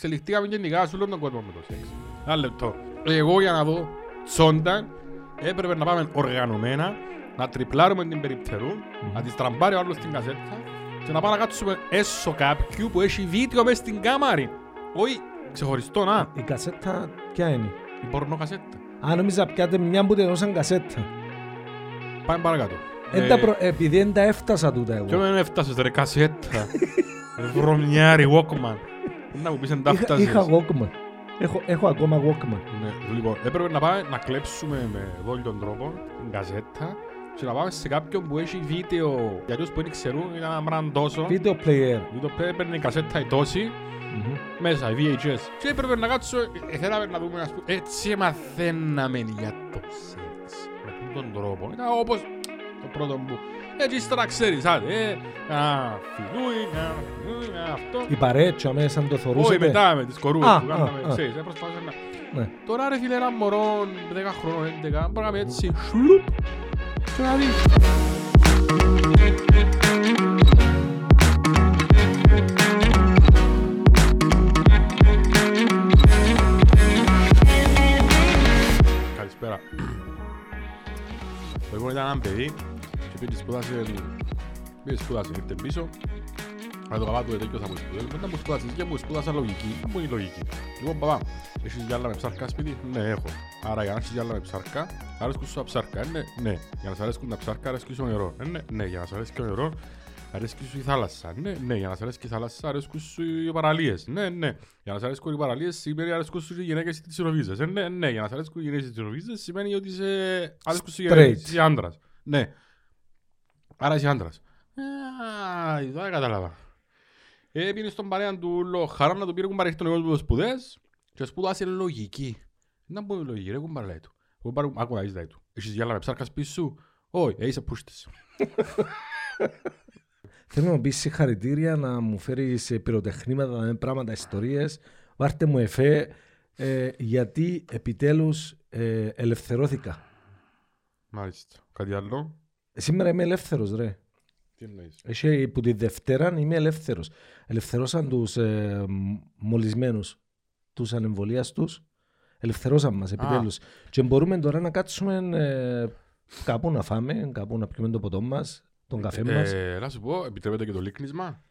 εξελιχθήκαμε γενικά σε όλον τον κόσμο με το σεξ. Ένα λεπτό. Εγώ για να δω τσόντα έπρεπε να πάμε οργανωμένα, να τριπλάρουμε την περιπτερού, να τη στραμπάρει ο άλλος στην κασέτα και να πάμε να κάτσουμε έσω κάποιου που έχει βίντεο μέσα στην κάμαρη. Όχι ξεχωριστό, να, Η κασέτα ποια είναι. η πορνοκασέτα. Αν νόμιζα πιάτε μια που τελειώσαν κασέτα. Πάμε παρακάτω. Εν Ε. τα προ- Επειδή δεν τα έφτασα τούτα Κι εγώ. όταν έφτασες ρε κασέτα, βρωμιάρι, Walkman. Να μου πεις εν τα Είχα- έφτασες. Είχα Walkman. Έχω- Έχω ακόμα Walkman. Ναι, λοιπόν, έπρεπε να πάμε να κλέψουμε με δόλιον τρόπο την κασέτα και να πάμε σε κάποιον που έχει βίντεο για τους που δεν ξέρουν ήταν ένα μπραν τόσο Video player. το οποίο έπαιρνε η κασέτα η τόση Μμμ. μέσα, η VHS και έπρεπε να κάτσω, ε, θέλαμε να δούμε ας πούμε, έτσι μαθαίναμε για το σεξ με αυτόν τον τρόπο, ήταν όπως το πρώτο που έτσι ύστερα ξέρεις, άντε, ε, να φιλούει, να φιλούει, να αυτό Η παρέτσια μέσα σαν το όχι θωρούσετε. μετά με τις κορούες Α, που α, κάναμε, α. ξέρεις, ε, προσπαθούσαμε να Ναι. Τώρα ρε φίλε ένα μωρό 10 χρόνων, 11, μπορεί να κάνει έτσι σλουπ και να δεις. Καλησπέρα. Λοιπόν ήταν ένα παιδί και πήγε σπουδάσε πήγε σπουδάσε, ήρθε πίσω αλλά το παπά του είναι τέτοιος από σπουδές. Μετά μου σπουδάσεις και μου σπουδάσα λογική. Μου είναι λογική. Λοιπόν, παπά, έχεις γυάλα με ψάρκα σπίτι. Ναι, έχω. Άρα για να έχεις γυάλα με ψάρκα, αρέσκουν σου τα ψάρκα. Ναι, ναι. Για να σ' αρέσκουν τα ψάρκα, αρέσκει σου νερό. Ναι, ναι, ναι. Για να σ' αρέσει και ο νερό, αρέσκει σου η θάλασσα. Ναι, ναι. Για να σ' αρέσει και η θάλασσα, αρέσκουν σου οι παραλίες. Ναι, ναι. Για να σ' αρέσκουν οι παραλίες, σημαίνει αρέσκουν σου οι γυναίκες της Ειροβίζας. Ε, ναι, ναι. Για να σ' αρέσκουν οι γυναίκες της Ειροβίζας, σημαίνει ότι είσαι- αρέσκουν σου οι γυναίκες, Straight. είσαι άντρας. Ναι. Άρα είσαι άντρας. Α, τώρα κατάλαβα. Ε, πήγαινε στον παρέα του λέω, χαρά να το πήρε κουμπάρε τον εγώ του σπουδές και σπουδάσε λογική. Να πω λογική ρε κουμπάρε του. Κουμπάρε μου, άκου να δεις λέει του. Έχεις γυάλα με ψάρκας σπίτι σου. Όχι, ε, είσαι πούστης. Θέλω να μου πεις συγχαρητήρια, να μου φέρεις ε, πυροτεχνήματα, να είναι πράγματα, ιστορίες. Βάρτε μου εφέ, ε, γιατί επιτέλους ε, ελευθερώθηκα. Μάλιστα. Κάτι άλλο. Σήμερα είμαι ελεύθερος ρε. Τι εννοείς. Εσύ που τη Δευτέρα είμαι ελεύθερος. Ελευθερώσαν τους ε, μ, μολυσμένους, τους ανεμβολίας τους. Ελευθερώσαν μας επιτέλους. Και μπορούμε τώρα να κάτσουμε ε, κάπου να φάμε, κάπου να πιούμε το ποτό μας, τον καφέ μας. Ε, να σου πω, επιτρέπεται και το λίκνισμα.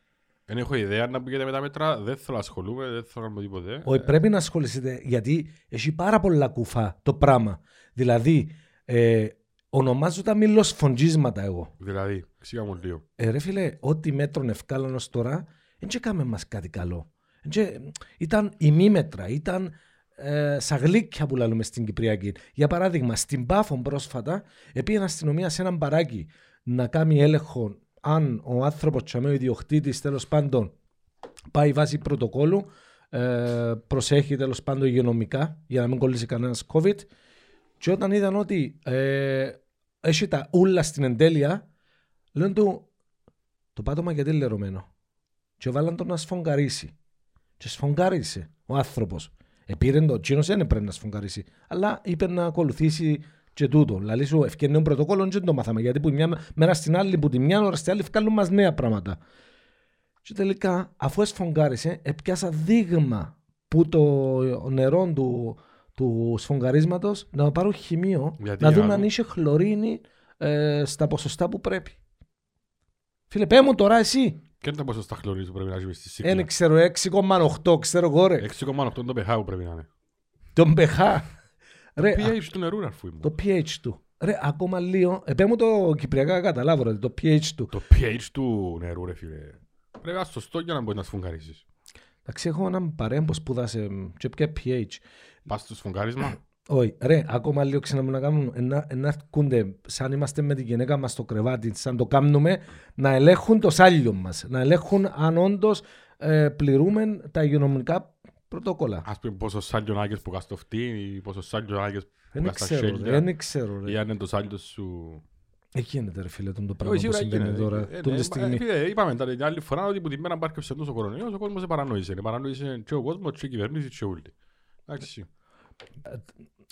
Δεν έχω ιδέα να πήγαινε με τα μέτρα, δεν θέλω να ασχολούμαι, δεν θέλω να πω τίποτε. Όχι, πρέπει να ασχοληθείτε γιατί έχει πάρα πολλά κουφά το πράγμα. Δηλαδή, ε, ονομάζω τα μιλοσφοντζίσματα εγώ. Δηλαδή, ξύγα μου λίγο. Ε, ρε φίλε, ό,τι μέτρον ευκάλαν ως τώρα, δεν τσεκάμε μας κάτι καλό. Εν τζε- ήταν ημίμετρα, ήταν ε, σαγλίκια που λέμε στην Κυπριακή. Για παράδειγμα, στην Πάφο πρόσφατα πήγαινε αστυνομία σε έναν παράκι να κάνει έλεγχο αν ο άνθρωπος τσαμέ, ο ιδιοκτήτης τέλος πάντων πάει βάσει πρωτοκόλλου, ε, προσέχει τέλος πάντων υγειονομικά για να μην κολλήσει κανένας COVID και όταν είδαν ότι ε, έχει τα ούλα στην εντέλεια, λένε του το πάτωμα γιατί είναι λερωμένο. Και βάλαν τον να σφογγαρίσει. Και σφογγάρισε ο άνθρωπος. Επήρε το τσίνο, δεν έπρεπε να σφογγαρίσει. Αλλά είπε να ακολουθήσει και τούτο. Δηλαδή σου ευκαινέων πρωτοκόλλων και δεν το μάθαμε. Γιατί που μια μέρα στην άλλη, που τη μια ώρα στην άλλη, βγάλουν μας νέα πράγματα. Και τελικά, αφού σφογγάρισε, έπιασα δείγμα που το νερό του, του σφογγαρίσματο να πάρω χημείο, Γιατί, να δουν άλλο? αν είχε χλωρίνη ε, στα ποσοστά που πρέπει. Φίλε, πέ μου τώρα εσύ. Και είναι τα ποσοστά χλωρίνης που πρέπει να έχεις στη σύκλα. Ένα Ε, ναι, ξέρω 6,8 ξέρω εγώ ρε. 6,8 είναι το pH που πρέπει να είναι. Τον πεχά. Ρε, α, pH του νερού, αρφού μου. το pH του. Ρε, ακόμα λίγο. Επέ μου το κυπριακά να καταλάβω ρε, το pH του. Το pH του νερού, ρε φίλε. Πρέπει να σωστό για να μπορείς να σφουγγαρίσεις. Εντάξει, έχω έναν παρέμ που σπούδασε μ, και πια pH. Πας στο σφουγγάρισμα. Όχι, ρε, ακόμα λίγο ξανά να κάνουν, να, να έρχονται σαν είμαστε με τη γυναίκα μας στο κρεβάτι, σαν το κάνουμε, να ελέγχουν το σάλιο μας, να ελέγχουν αν όντως ε, πληρούμε τα υγειονομικά πρωτόκολλα. Ας πούμε πόσο σάλιο να έχεις που κας στο φτύν ή πόσος σάλιο να έχεις που Δεν κας στα ξέρω, ρε, χέρια. δεν ξέρω. Ρε. Ή αν είναι το σάλιο σου. Ε, γίνεται ρε φίλε τον το Όχι, πράγμα που σίγουρα συμβαίνει γίνεται. τώρα, Ε, ναι, τούτη ε, τη στιγμή. φίλε, Είπαμε τα- την άλλη φορά ότι που την μέρα που άρχισε τόσο ο κορονοϊός, ο κόσμος παρανόησε. Παρανόησε και ο κόσμος, και η κυβέρνηση, και όλοι. Ε, Εντάξει.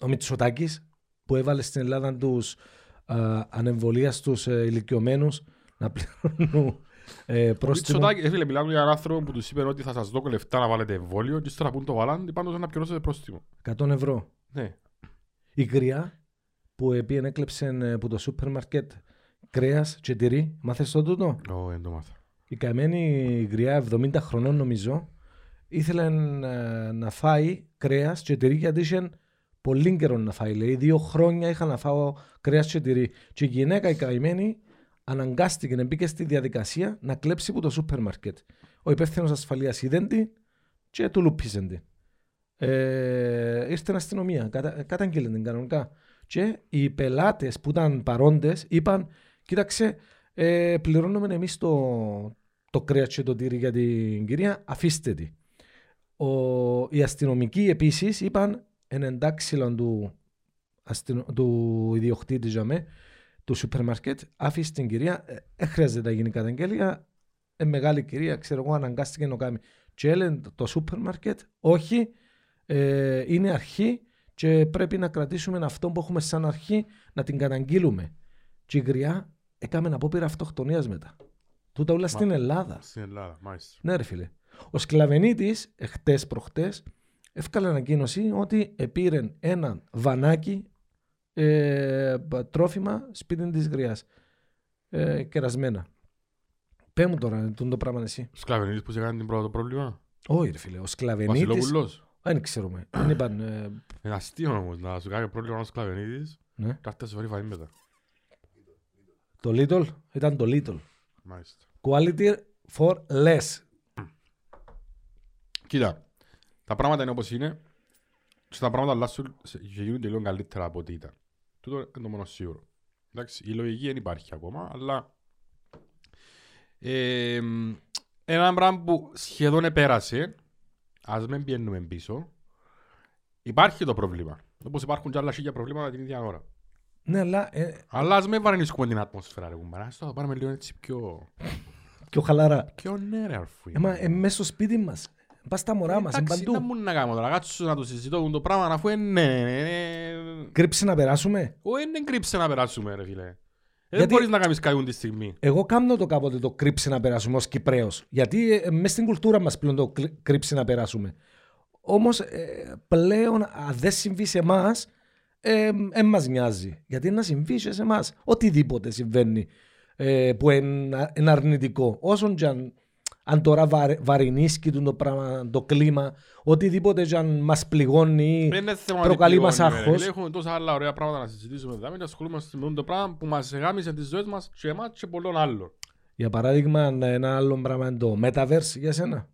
Ο Μητσοτάκης που έβαλε στην Ελλάδα τους α, ανεμβολία στους ε, ηλικιωμένους να πληρώνουν ε, Ο προς την... Μητσοτάκη, ε, φίλε, μιλάμε για έναν άνθρωπο που τους είπε ότι θα σας δω λεφτά να βάλετε εμβόλιο και ύστερα που το βάλαν, πάνω να πληρώσετε πρόστιμο. 100 ευρώ. Ναι. Η κρυά που επίεν έκλεψε που το σούπερ μάρκετ κρέας και τυρί. Μάθες το τούτο. Ω, δεν το μάθα. Η καμένη γριά 70 χρονών νομίζω ήθελε ε, να φάει κρέας και τυρί γιατί είχε πολύ καιρό να φάει. Λέει δύο χρόνια είχα να φάω κρέας και τυρί. Και η γυναίκα η καημένη αναγκάστηκε να μπήκε στη διαδικασία να κλέψει από το σούπερ μάρκετ. Ο υπεύθυνος ασφαλείας είδε την και του λούπιζε την. Ε, ήρθε η αστυνομία, κατα, καταγγείλε την κανονικά. Και οι πελάτες που ήταν παρόντες είπαν: Κοίταξε, ε, πληρώνουμε εμείς το, το κρέας και το τύρι για την κυρία, αφήστε τη. Ο, οι αστυνομικοί επίσης είπαν: Εν εντάξιλον του, αστυνο, του ιδιοκτήτη για μέ, του σούπερ μάρκετ, άφησε την κυρία, ε, ε, χρειάζεται να γίνει καταγγελία, ε, μεγάλη κυρία, ξέρω εγώ, αναγκάστηκε να το κάνει. Και έλεγε το σούπερ μάρκετ, όχι, ε, είναι αρχή και πρέπει να κρατήσουμε αυτό που έχουμε σαν αρχή, να την καταγγείλουμε. Και η γριά έκαμε απόπειρα αυτοκτονίας μετά. Τούτα όλα στην Ελλάδα. Στην Ελλάδα, μάλιστα. Ναι, ρε φίλε. Ο Σκλαβενίτης, εχθές προχτές, έφκαλε ανακοίνωση ότι επήρε ένα βανάκι ε, μπα- τρόφιμα σπίτι της γριάς. Ε, κερασμένα. Πε μου τώρα, τον το πράγμα εσύ. Σκλαβενίδη που σε κάνει την πρώτα το πρόβλημα. Όχι, ρε φίλε. Ο Σκλαβενίτης. Βασιλόπουλος. Δεν ξέρουμε. Δεν είπαν. ε, Είναι αστείο όμως να σου κάνει πρόβλημα ο Σκλαβενίδη. ναι. Κάτι σε βρει φαΐ μετά. Το Little ήταν το Little. Μάλιστα. Quality for less. Κοίτα, τα πράγματα είναι όπως είναι και τα πράγματα αλλάσουν σε- και γίνουν τελείως καλύτερα από ό,τι ήταν. Τούτο είναι το μόνο σίγουρο. Εντάξει, η λογική δεν υπάρχει ακόμα, αλλά ε, μ, ένα πράγμα που σχεδόν επέρασε, ας μην πιένουμε πίσω, υπάρχει το πρόβλημα. Όπως υπάρχουν και άλλα σίγια προβλήματα την ίδια ώρα. Ναι, αλλά ε, Αλλά ας μην βαρνισκούμε την ατμόσφαιρα, ρε κουμπάρα. Ας το πάρουμε λίγο έτσι πιο... πιο χαλαρά. Πιο ναι, ρε αρφού. Ε, μα, ε, μέσα στο σπίτι μας. Πας στα μωρά μα, Εντάξει, παντού. να μου να κάνω τώρα, κάτσω να το συζητώ το πράγμα, αφού είναι ναι, ναι, ναι. Κρύψε να περάσουμε. Όχι, δεν κρύψε να περάσουμε, ρε φίλε. Δεν Γιατί- μπορείς να κάνεις κάτι τη στιγμή. Εγώ κάνω το κάποτε το κρύψε να περάσουμε ως Κυπρέος. Γιατί ε, μες στην κουλτούρα μας πλέον το κλ- κρύψε να περάσουμε. Όμως ε, πλέον αν δεν συμβεί σε εμάς, δεν ε, μας νοιάζει. Γιατί να συμβεί και σε εμάς. Οτιδήποτε συμβαίνει ε, που είναι, είναι αρνητικό. Όσον και αν, αν τώρα βαρ, βαρινίσκει το πράγμα, το κλίμα, οτιδήποτε και αν μας πληγώνει. ή- Δεν είναι θέμα Ε, προκαλεί ότι μας πληγώνει, ρε άγχος. φίλε. Έχουμε τόσα άλλα ωραία πράγματα να συζητήσουμε. Δηλαδή, και ασχολούμαστε με το πράγμα που μας εγάμισε τις ζωές μας και εμάς και πολλών άλλων. Για παράδειγμα, ένα άλλο πράγμα είναι το Metaverse για σένα.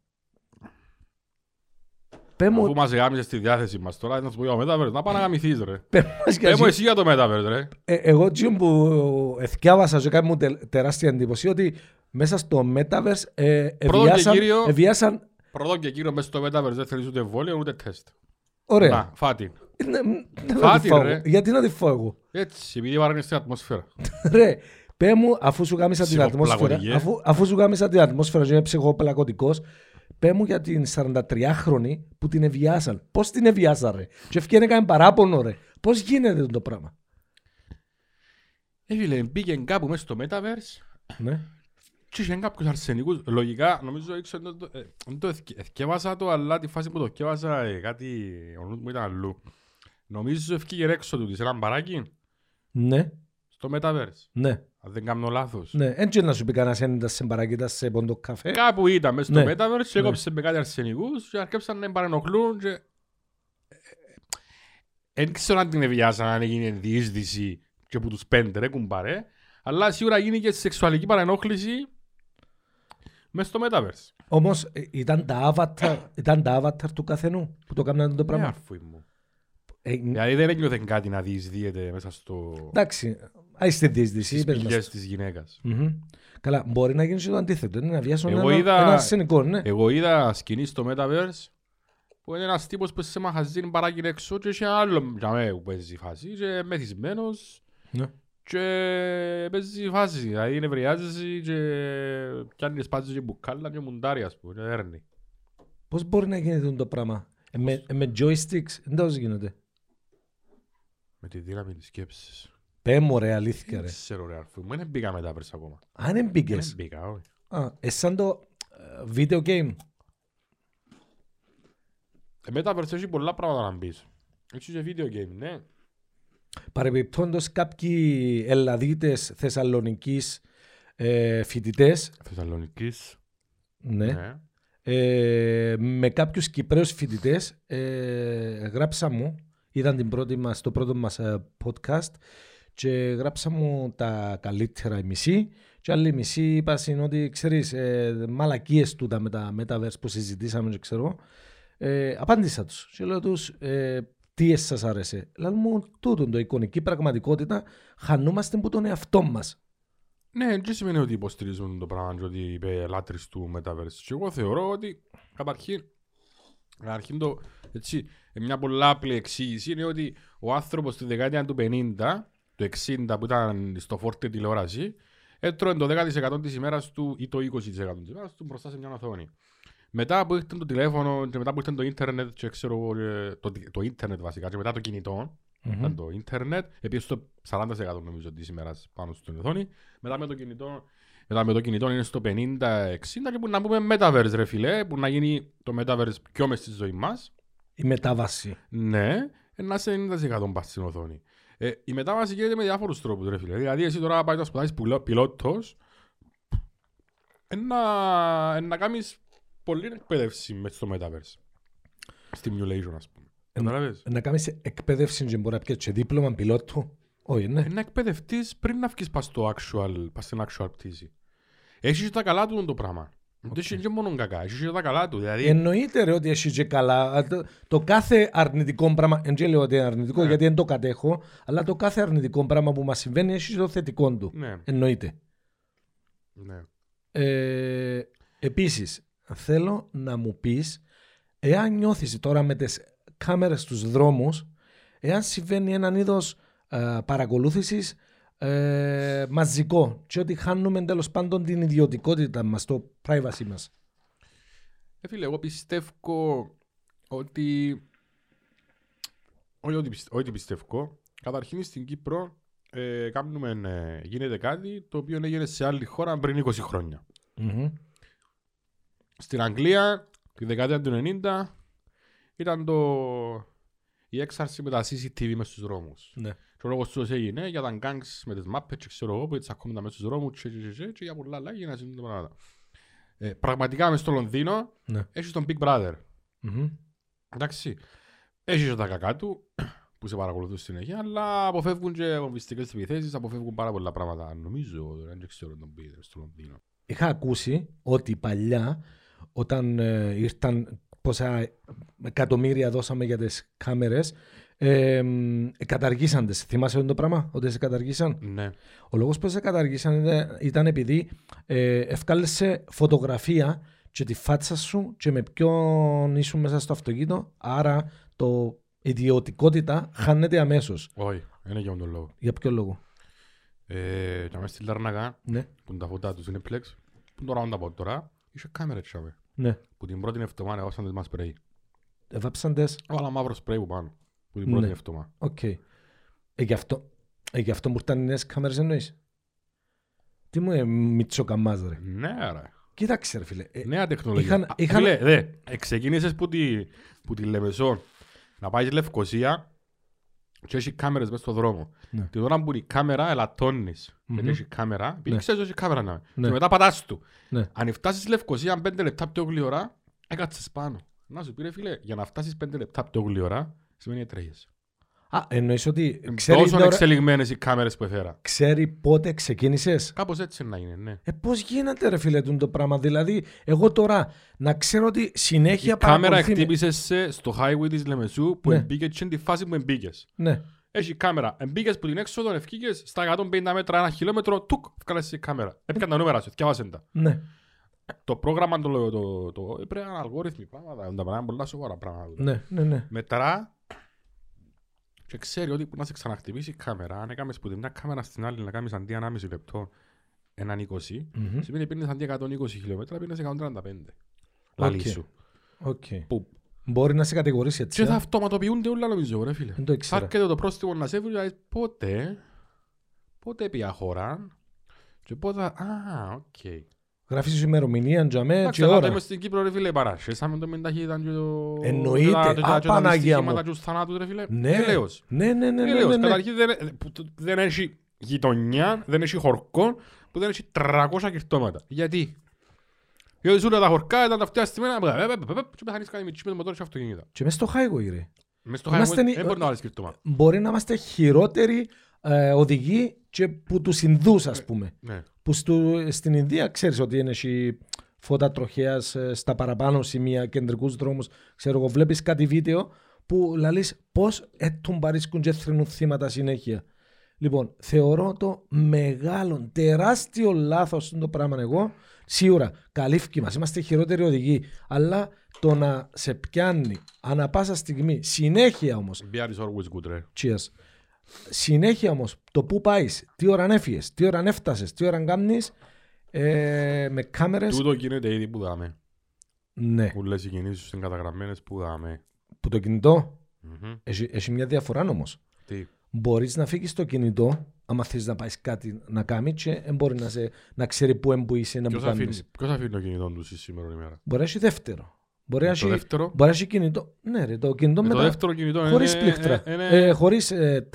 Πε μου, Ε, Αφού μας εγάμισε στη διάθεση μας τώρα, να σου πω για το Metaverse, να πάω να γαμηθείς, ρε. πε μας για Πες μου εσύ εσύ. για το Metaverse, ρε. Ε, εγώ τσιόν που εθιάβασα και κάνει μου τε- τεράστια εντύπωση ότι μέσα στο Metaverse ε, Πρώτον και εβιάσαν, κύριο- εβιάσαν- Πρώτον και κύριο μέσα στο Metaverse δεν θέλεις ούτε εμβόλιο ούτε τεστ. Ωραία. Να, φάτη. Ναι, μ, δεν θα τη Φάτη, φάω ρε. εγώ. Γιατί να τη φάω εγώ. Έτσι, επειδή βαρύνεις την ατμόσφαιρα. Ρε, πε μου, αφού σου γάμισα την ατμόσφαιρα, Ψυχοπλαγωτική, ε. αφού, αφού σου γάμισα την ατμόσφαιρα και είμαι ψυχοπλακωτικός, πε μου για την 43χρονη που την εβιάσαν. Πώς την εβιάσαν, ρε. Και ευκαιρία έκανε παράπονο, ρε. Πώς γίνεται το πράγμα. Ε, φίλε, μπήκε κάπου μέσα στο Metaverse Ναι. και είχε κάποιους αρσενικούς. Λογικά, νομίζω, έξω, δεν το, ε, δεν το εθκε- εθκεύασα το, αλλά τη φάση που το εθκεύασα, ε, κάτι, ο νους μου ήταν αλλού. Νομίζω ευκήγε έξω του της ένα μπαράκι Ναι, στο Metaverse, ναι. αν δεν κάνω λάθος. Ναι, έτσι να σου πει κανένας ένιντα σε μπαρακίτα σε ποντό καφέ. Κάπου ήταν μέσα στο Ναι. Metaverse και Ναι. έκοψε με κάτι αρσενικούς και αρκέψαν να παρενοχλούν και... Δεν ξέρω αν την εβιάσαν, αν έγινε διείσδυση και που τους πέντε ρε κουμπάρε, αλλά σίγουρα γίνηκε σεξουαλική παρενόχληση μέσα στο Metaverse. Όμως ε, ήταν, τα avatar- ήταν τα avatar του καθενού που το κάνανε το Ναι, πράγμα. αρφούι μου. Ε, Δηλαδή δεν ένιωθε κάτι να διεισδύεται μέσα στο... εντάξει, α είστε διείσδυση, στις είπες μας. πηγές της γυναίκας. Μμμ. Καλά, μπορεί να γίνεις και το αντίθετο. Είναι να βιάσουν Εγώ ένα, είδα- Ε- ένα αρσενικό, ναι. Εγώ είδα σκηνή στο Metaverse που είναι ένας τύπος που σε μαχαζίνει παράκι έξω και έχει ένα άλλο για μέ που παίζει φάση και μεθυσμένος Ναι. και παίζει φάση. Δηλαδή νευριάζει και πιάνεις σπάζει και μπουκάλα και μουντάρι ας πούμε και έρνει. Πώς μπορεί να γίνεται το πράγμα. Ε, με, ε, με joysticks, δεν τόσο γίνεται. Με τη δύναμη της σκέψης. Πε μου ρε, αλήθεια Δεν ρε. ξέρω ρε αρφού μου, δεν μπήκα Metaverse ακόμα. Αν δεν μπήκε. Δεν μπήκα, όχι. Α, ε, σαν το ε, video game. Ε, Metaverse έχει πολλά πράγματα να μπεις. Έχεις και video game, ναι. Παρεμπιπτόντως κάποιοι Ελλαδίτες Θεσσαλονικής ε, φοιτητές, Θεσσαλονικής. ναι, ναι. ε, με κάποιους Κυπραίους φοιτητές ε, γράψα μου, ήταν την πρώτη μας, το πρώτο μας ε, podcast και γράψα μου τα καλύτερα η μισή και άλλοι μισή είπα συν ότι ξέρεις ε, μαλακίες τούτα με τα Metaverse που συζητήσαμε και ξέρω ε, απάντησα τους και λέω τους ε, τι σας άρεσε λέω μου τούτον το εικονική πραγματικότητα χανούμαστε που τον εαυτό μας Ναι, δεν σημαίνει ότι υποστηρίζουν το πράγμα και ότι είπε λάτρης του Metaverse. Και εγώ θεωρώ ότι καταρχήν, καταρχήν το, έτσι, μια πολλά απλή εξήγηση είναι ότι ο άνθρωπος στη δεκαετία του 50, του 60 που ήταν στο φόρτε τηλεόραση, έτρωε το 10% της ημέρας του ή το 20% της ημέρας του μπροστά σε μια οθόνη. Μετά που ήρθε το τηλέφωνο και μετά που ήρθε το ίντερνετ και ξέρω εγώ, ε, το, το ίντερνετ βασικά και μετά το κινητό, Mm-hmm. ήταν το ίντερνετ, επειδή στο 40% νομίζω της ημέρας πάνω στην οθόνη. Μετά με το κινητό, μετά με το κινητό είναι στο 50-60 και που να πούμε Metaverse ρε φίλε, που να γίνει το Metaverse πιο μες στη ζωή μας. η μετάβαση Ναι, να είσαι 90% πας στην οθόνη. Ε, η μετάβαση γίνεται με διάφορους τρόπους ρε φίλε. Δηλαδή εσύ τώρα πάει να σπουδάσεις πιλο- πιλότος, ε, να, ε, να κάνεις πολλή εκπαίδευση μες στο Metaverse. Stimulation ας πούμε. Καταλάβες. να κάνεις εκπαίδευση και μπορεί να πιέσεις και δίπλωμα πιλότου όχι ναι Ε, να εκπαιδευτεί πριν να βγεις πας actual, πας στην actual πτήση. Έχεις και τα καλά του το πράγμα. Δεν έχει και μόνο κακά, έχεις και τα καλά του. Δηλαδή, Εννοείται ρε ότι έχεις και καλά. Α, Το, το κάθε αρνητικό πράγμα, δεν και λέω ότι είναι αρνητικό γιατί δεν το κατέχω, αλλά το κάθε αρνητικό πράγμα που μας συμβαίνει έχεις και το θετικό του. ναι, Εννοείται. ναι. Ε, επίσης, θέλω να μου πεις, εάν νιώθεις τώρα με τις κάμερες στους δρόμους, εάν συμβαίνει έναν είδος ε, παρακολούθησης ε, μαζικό και ότι χάνουμε τέλος πάντων την ιδιωτικότητα μας, το privacy μας. Ε, φίλε, εγώ πιστεύω ότι. Όχι ότι, πιστε- όχι ότι πιστεύω. Καταρχήν στην Κύπρο ε, κάνουμε, ε, γίνεται κάτι το οποίο έγινε σε άλλη χώρα πριν 20 χρόνια. Μμμ. στην Αγγλία τη δεκαετία του 90 ήταν το... η έξαρση με τα CCTV μες στους δρόμους. Ναι. Και ο λόγος τους έγινε για τα gangs με τις μάπες και ξέρω εγώ που έτσι ακούμε τα μέσα στους δρόμους και, και, και, και, και για πολλά άλλα έγιναν συνήθως τα πράγματα. Ε, πραγματικά μες στο Λονδίνο Ναι. έχεις τον Big Brother. Μμμ. Εντάξει. Έχεις και τα κακά του που σε παρακολουθούν συνέχεια, αλλά αποφεύγουν και βομβιστικές επιθέσεις, αποφεύγουν πάρα πολλά πράγματα. Νομίζω, δεν ξέρω τον Peter στο Λονδίνο. είχα ακούσει ότι παλιά όταν ε, ήρθαν πόσα εκατομμύρια δώσαμε για τις κάμερες ε, μ, καταργήσαν τις. Θυμάσαι αυτό το πράγμα ότι σε καταργήσαν. Ναι. Ο λόγος που σε καταργήσαν ήταν- ήταν επειδή ε, ευκάλεσε φωτογραφία και τη φάτσα σου και με ποιον ήσουν μέσα στο αυτοκίνητο άρα το ιδιωτικότητα χάνεται αμέσως. Όχι, είναι για τον λόγο. Για ποιο λόγο. Ε, και μες στη Λαρνακά, Ναι. που είναι τα φωτά του Cineplex, που τώρα τα πω τώρα, είχε κάμερα τσάμε. Ναι. Που την πρώτη εβδομάδα έβασαν τις μας σπρέι. Εβάψαν τες. Έβαλα μαύρο σπρέι που πάνω, που την Ναι. πρώτη εβδομάδα. Οκ. Ε, γι' αυτό, ε, γι αυτό μου ήρθαν οι νέες κάμερες εννοείς. Τι μου ε, μητσοκαμάς ρε. Ναι ρε, Κοίταξε ρε φίλε. Ε, νέα τεχνολογία. είχαν- Α, είχαν- Φίλε, δε, ε, ξεκίνησες που τη, που τη Λεμεσό να πάει στη Λευκοσία και έχεις κάμερες μέσα στον δρόμο. Ναι. Την ώρα που η κάμερα ελαττώνεις, γιατί Μμμ. έχεις κάμερα, επειδή Ναι. ξέρεις ότι έχει κάμερα να Ναι. Και μετά πατάς του. Ναι. Αν φτάσεις στη Λευκοσία πέντε λεπτά πιο γλυωρά, έκατσες πάνω. Να σου πει ρε φίλε, για να φτάσεις πέντε λεπτά πιο γλυωρά, σημαίνει έτρεχες. Α, εννοείς ότι ξέρει, Τόσο την ώρα- εξελιγμένες οι κάμερες που έφερα. ξέρει πότε ξεκίνησες. Κάπως έτσι να είναι, ναι. Ε, πώς γίνεται ρε φίλε τούτο το πράγμα. Δηλαδή, εγώ τώρα να ξέρω ότι Η συνέχεια κάμερα παρακολουθεί... με. χτύπησες σε στο highway της Λεμεσού που Ναι. εμπήκες και τη φάση που εμπήκες. Ναι. Έχει κάμερα. Εμπήκες που την έξοδο, ευκήκες στα 150 μέτρα, ένα χιλιόμετρο, τουκ, βγάλες η κάμερα. Έπιαν τα νούμερα σου, θυκιάβασαν τα. Ναι. Το πρόγραμμα το λέω, το, το, έπρεπε να αλγόριθμοι πράγματα, τα πράγματα, πολλά σοβαρά πράγματα. Ναι. Ναι. Ναι. Μετρά και ξέρει ότι που να σε ξαναχτυπήσει η κάμερα, αν έκαμες που την μια κάμερα στην άλλη να κάνεις αντί 1,5 λεπτό έναν 20, Μμμ. σημαίνει πήρνες αντί 120 χιλιόμετρα, πήρνες 135. Οκ. Λαλή σου. Οκ. Που Μπορεί να σε κατηγορήσει έτσι. Και ε. θα αυτοματοποιούνται όλα νομίζω ρε φίλε. Δεν το Θα ήξερα. έρχεται το πρόστιμο να σε βρει, δηλαδή, πότε, πότε πια χώρα και πότε, α, οκ. Γράφεις ημερομηνία, τζαμέ Εντάξει, και αλλά το ώρα. είμαι στην Κύπρο, ρε φίλε, παράσχεσαμε το με ταχύτητα και το... Εννοείται. και τα- και τα- Α, και τα Παναγία δυστυχήματα μου. και τους θανάτους, ρε φίλε. Ναι, Έλεος. ναι, ναι, ναι, ναι, Έλεος. ναι, ναι. Καταρχήν δεν- που- του- δεν έχει γειτονιά, δεν έχει χορκό, που δεν έχει 300 κυρτώματα. Γιατί? Διότι σου λέω τα χορκά ήταν τα αυτιά στημένα, πε- πε- πε- πε- πε- και πεθανείς κάνει μητσί με το μοτόρ και αυτοκίνητα. Και μες στο highway, ρε. Μες στο Είμαστε highway νι- δεν μπορεί να βάλεις κυρτώμα. Μπορεί να είμαστε χειρότεροι ε, οδηγοί και που τους Ινδούς, ας πούμε. Ναι. Που στο- στην Ινδία ξέρεις ότι είναι εσύ φώτα τροχέας ε, στα παραπάνω σημεία, κεντρικούς δρόμους. Ξέρω εγώ, βλέπεις κάτι βίντεο που λαλείς πώς έτουν παρίσκουν και θρυνούν θύματα συνέχεια. Λοιπόν, θεωρώ το μεγάλο, τεράστιο λάθος το πράγμα εγώ. Σίγουρα, καλύφκι μας, είμαστε χειρότεροι οδηγοί. Αλλά το να σε πιάνει ανα πάσα στιγμή, συνέχεια όμως, Beer is always good, ρε. Cheers. Συνέχεια όμως, το πού πάεις, τι ώρα έφυγε, τι ώρα έφτασε, τι ώρα κάνεις, ε, με κάμερες. Τούτο γίνεται ήδη που δάμε. Ναι. Που λες οι κινήσεις σου είναι καταγραμμένες που δάμε. Που το κινητό Μμμ. έχει, έχει μια διαφορά όμως. Τι. Μπορείς να φύγεις το κινητό, άμα θέλει να πάεις κάτι να κάνεις, και δεν μπορεί να, σε, να ξέρει πού εμπού είσαι, να Ποιος που κάνεις. αφήνει- ποιος αφήνει το κινητό του σήμερα ημέρα. Μπορεί να έχει δεύτερο. Μπορεί να Ε, Το έχει, δεύτερο. μπορεί να έχει κινητό. Ναι, ρε, το κινητό Ε, Το μετά. δεύτερο κινητό Χωρίς είναι- πλήκτρα. ε, είναι- Ε, Χωρί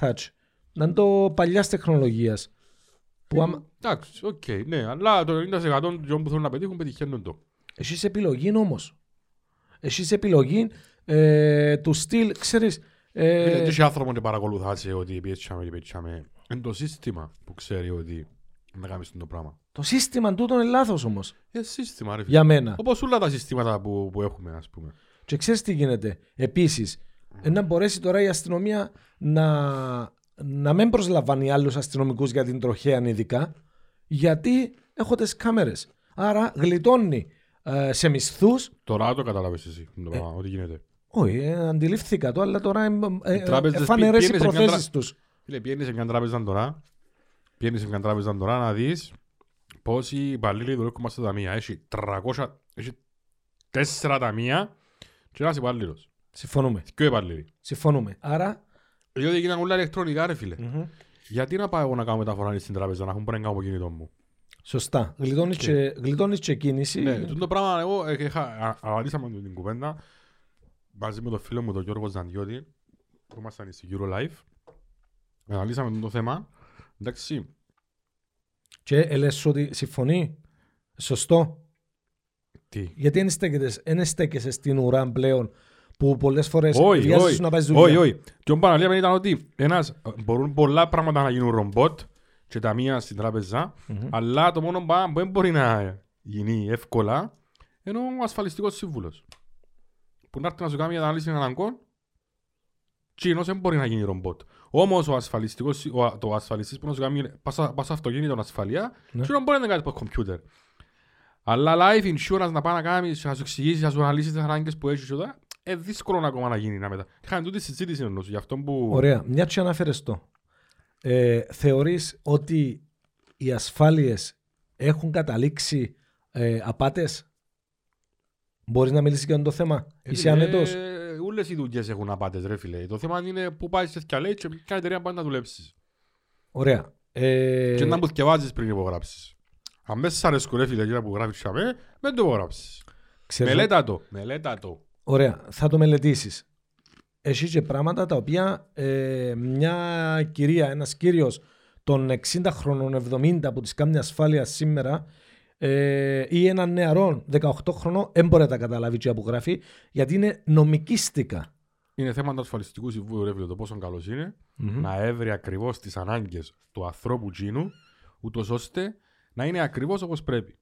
touch. Να είναι το παλιάς τεχνολογίας. Ε, Που άμα, Εντάξει, οκ, ναι, αλλά το 90% των που θέλουν να πετύχουν πετυχαίνουν το. Εσύ είσαι επιλογή όμως. Εσύ είσαι επιλογή ε, του στυλ, ξέρεις. Δεν Ε, έχει άνθρωπο να παρακολουθάσει ε, ότι πιέτσαμε και πιέτσαμε. Είναι το σύστημα που ξέρει ότι να κάνεις το πράγμα. το σύστημα τούτο είναι λάθος όμως. Είναι σύστημα, ρε φίλε. Για μένα. Όπως όλα τα συστήματα που, που έχουμε, ας πούμε. Και ξέρεις τι γίνεται. Επίσης, να μπορέσει τώρα η αστυνομία να, να μην προσλαμβάνει άλλους αστυνομικούς για την τροχέα ειδικά, γιατί έχω τις κάμερες. Άρα γλιτώνει ε, σε μισθούς. Τώρα το κατάλαβες εσύ, το πράγμα, ότι γίνεται. Όχι, ε, αντιλήφθηκα το, αλλά τώρα ε, ε, Οι τράπεζες εφανερές πι- οι πήγαινε σε μια προθέσει τους. Φίλε, πιένεις σε μια τράπεζα τώρα, πιένεις σε μια τράπεζα τώρα να δεις πόσοι υπαλλήλοι δουλεύουν μέσα στα ταμεία. Έχει 300, έχει 4 ταμεία και ένας υπαλλήλος. Συμφωνούμε. Δυο υπαλλήλοι. Συμφωνούμε. Άρα, Διότι έγιναν όλα ηλεκτρονικά, ρε φίλε. Γιατί να πάω εγώ να κάνω μεταφορά στην τράπεζα, να έχουν πρέπει να κάνω από κινητό μου. Σωστά. Γλιτώνεις, Και- και... γλιτώνεις και κίνηση. Ναι, τούτο πράγμα εγώ ε, είχα, α- αναλύσαμε την κουβέντα μαζί με τον φίλο μου τον Γιώργος Ζαντιώτη που ήμασταν στη Eurolife. Αναλύσαμε το θέμα. Εντάξει, Και ελες ότι συμφωνεί. Σωστό. τι. Γιατί δεν στέκεσαι, εν στέκεσαι στην ουρά πλέον που πολλές φορές Όχι, βιάζεσαι όχι. να πάει δουλειά. Όχι, όχι. Και ο Παναλία ήταν ότι ένας, μπορούν πολλά πράγματα να γίνουν ρομπότ και τα μία στην τράπεζα, Μμμ. αλλά το μόνο πράγμα που δεν μπορεί να γίνει εύκολα είναι ο ασφαλιστικός σύμβουλος. Που να έρθει να σου κάνει ανάλυση αναγκών, τσίνος δεν μπορεί να γίνει ρομπότ. Όμως ο ασφαλιστικός, σύ- ο, α- το ασφαλιστής που να σου κάνει πάσα, πάσα αυτοκίνητο ασφαλεία, Ναι. τσίνος μπορεί να κάνει από κομπιούτερ. Αλλά life insurance να πάει να κάνεις, να σου εξηγήσει, να σου αναλύσει τις ανάγκες που έχεις και όλα, ε, δύσκολο ακόμα να γίνει να μετά. Είχαμε τούτη συζήτηση ενός, γι' αυτό που... Ωραία. Μια και αναφέρες το. Ε, θεωρείς ότι οι ασφάλειες έχουν καταλήξει ε, απάτες. Μπορείς να μιλήσεις για αυτό το θέμα. Ε, Είσαι φίλε, άνετος. ε, Όλες οι δουλειές έχουν απάτες ρε φίλε. Το θέμα είναι που πάει σε θυαλέ και ποια εταιρεία πάει να δουλέψεις. Ωραία. Ε, Και να μου θυκευάζεις πριν υπογράψεις. Αν μέσα σ' αρέσκω ρε φίλε εκείνα που γράφεις αμέ, δεν το υπογράψεις. ξέρεις- Μελέτα το, μελέτα το. Ωραία, θα το μελετήσεις. Έχει και πράγματα τα οποία ε, μια κυρία, ένας κύριος των 60 χρονών, 70 που της κάνει ασφάλεια σήμερα ε, ή έναν νεαρό 18 χρονών δεν μπορεί να τα καταλάβει και που γράφει γιατί είναι νομικίστικα. Είναι θέμα του ασφαλιστικού συμβούλου ρε φίλε το πόσο καλός είναι. να έβρει ακριβώς τις ανάγκες του ανθρώπου τζίνου, ούτως ώστε να είναι ακριβώς όπως πρέπει.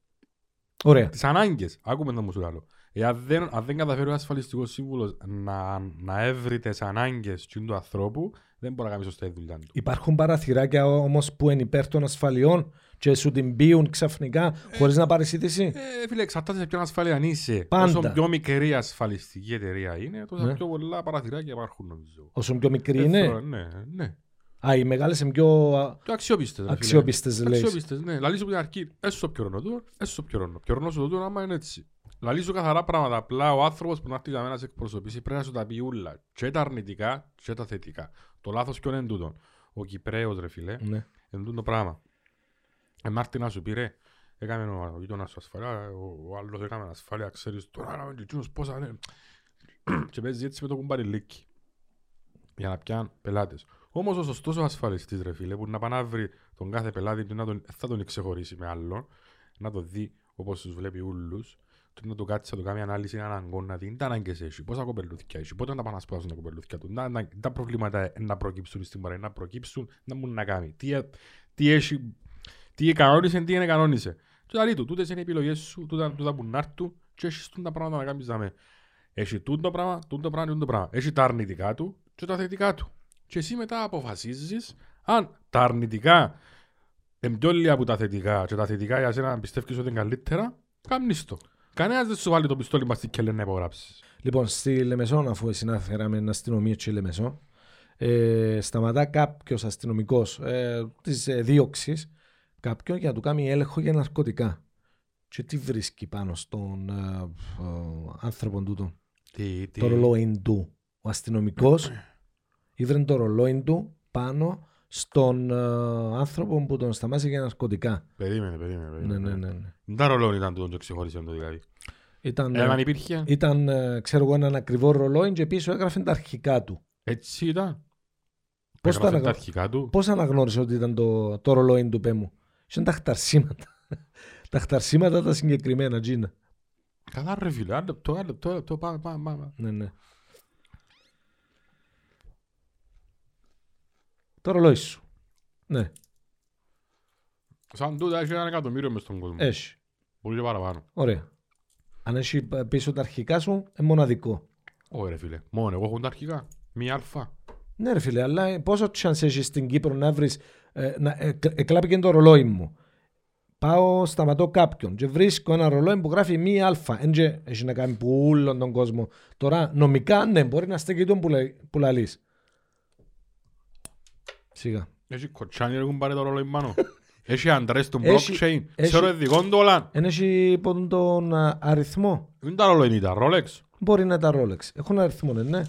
Ωραία. Τις ανάγκες, άκουμε να μου σου λέω. Εάν δεν, αν δεν καταφέρει ο ασφαλιστικός σύμβουλος να, να έβρει τις ανάγκες του ανθρώπου, δεν μπορεί να κάνει σωστά τη δουλειά του. Υπάρχουν παραθυράκια όμως που είναι υπέρ των ασφαλιών και σου την πείουν ξαφνικά χωρίς να πάρεις είδηση. Ε, φίλε, εξαρτάται σε ποιον ασφαλεία είσαι. Πάντα. Όσο πιο μικρή ασφαλιστική εταιρεία είναι, τόσο Ναι. πιο πολλά παραθυράκια υπάρχουν νομίζω. Όσο πιο μικρή Δεν είναι. θεωρώ- ναι, ναι. Α, οι μεγάλες είναι πιο α, Το αξιόπιστες. ρε φίλε. αξιόπιστες λέει. Αξιόπιστες, ναι. Λαλείς από την αρχή, έσω πιο ρωνό του, έσω πιο ρωνό. Πιο ρωνό σου το άμα είναι έτσι. Λαλείς σου καθαρά πράγματα. Απλά ο άνθρωπος που να έρθει για μένα να σε εκπροσωπήσει πρέπει να σου τα πει ούλα. Και τα αρνητικά και τα θετικά. Το λάθος ποιον είναι τούτον. Ο Κυπρέος ρε φίλε, Ναι. είναι τούτο πράγμα. Ε, να έρθει να σου πει ρε, Έκαμε ο- ο γείτονας σου ασφαλεία, ο, ο άλλος έκαμε ασφάλεια, ξέρεις τώρα να μην τσιτσίνος πόσα είναι. και παίζει έτσι με το κουμπάρι λίκι. Για να πιάνουν πελάτες. Όμως ο σωστός ο ασφαλιστής ρε φίλε που να πάει να βρει τον κάθε πελάτη του να τον, θα τον ξεχωρίσει με άλλον, να το δει όπως τους βλέπει ούλους, του να το κάτσει να το κάνει ανάλυση αναγκών να δει τι ανάγκες έχει, πόσα κοπελούθηκια έχει, πότε να πάνε να σπάσουν τα κοπελούθηκια του, να, να, τα προβλήματα ε, να προκύψουν στην παρέα, να προκύψουν, να μου να κάνει, τι, ε, τι έχει, τι κανόνισε, τι είναι κανόνισε. Και λέει του, τούτες είναι οι επιλογές σου, τούτα, τούτα που να έρθουν και έχεις τούτα πράγματα να κάνεις δαμέ. Έχει τούτο πράγμα, τούτο πράγμα, τούτο πράγμα. Έχει τα αρνητικά του και τα θετικά του. Και εσύ μετά αποφασίζεις αν τα αρνητικά εμπιόλια από τα θετικά και τα θετικά για σένα πιστεύεις ότι είναι καλύτερα, κάνεις το. Κανένας δεν σου βάλει το πιστόλι μας στην κελέ να υπογράψεις. Λοιπόν, στη Λεμεσόν, αφού συνάφεραμε ένα αστυνομία στη Λεμεσό, ε, σταματά κάποιος αστυνομικός ε, της ε, δίωξης κάποιον για να του κάνει έλεγχο για ναρκωτικά. Και τι βρίσκει πάνω στον ε, ε, άνθρωπο τούτο. Τι, τι. το ρολόι του. Ο αστυνομικός ήβρε το ρολόι του πάνω στον ε, άνθρωπο που τον σταμάτησε για ναρκωτικά. Περίμενε, περίμενε. Ναι, περίμενε. ναι, ναι. ναι. Τα ρολόν ήταν τούτο και ξεχώρισε το δηλαδή. Ήταν, ε, Έναν υπήρχε, ήταν, ε, ξέρω εγώ, έναν ακριβό ρολόι και πίσω έγραφε τα αρχικά του. έτσι ήταν. Πώς Έγραφε τα τα έγρα- αρχικά του. Πώς αναγνώρισε ότι ήταν το, το ρολόι του πέμου. Ήταν τα χταρσίματα. τα χταρσίματα τα συγκεκριμένα, Τζίνα. Καλά ρε φίλε, άντε το, άντε το, άντε το, πάμε, πάμε, πάμε. Ναι, ναι. Το ρολόι σου. Ναι, Σαν τούτα έχει ένα εκατομμύριο μες στον κόσμο. έχει. Πολύ και παραπάνω. Ωραία. Αν έχει π- πίσω τα αρχικά σου, είναι μοναδικό. Όχι ρε φίλε, μόνο εγώ έχω τα αρχικά. Μία αλφα. Ναι, ρε φίλε, αλλά ε, πόσο chance έχεις στην Κύπρο να βρεις. Ε, να- ε, κλ- εκλάπηκε το ρολόι μου. Πάω, σταματώ κάποιον και βρίσκω ένα ρολόι που γράφει μη α. Εν και έχει να κάνει που όλον τον κόσμο. Τώρα, νομικά, ναι, μπορεί να στέκει τον που, λα- που λαλείς. Σιγά. Έχει κοτσάνι ρε έχουν πάρει το ρολόι πάνω. Έχει αντρές του Έχει- blockchain. έχει- Ξέρω ειδικών του όλα. Εν έχει πον- τον α, αριθμό. Δεν τα ρολόι είναι τα Rolex. Μπορεί να είναι τα Rolex. Έχουν αριθμό, ναι, ναι.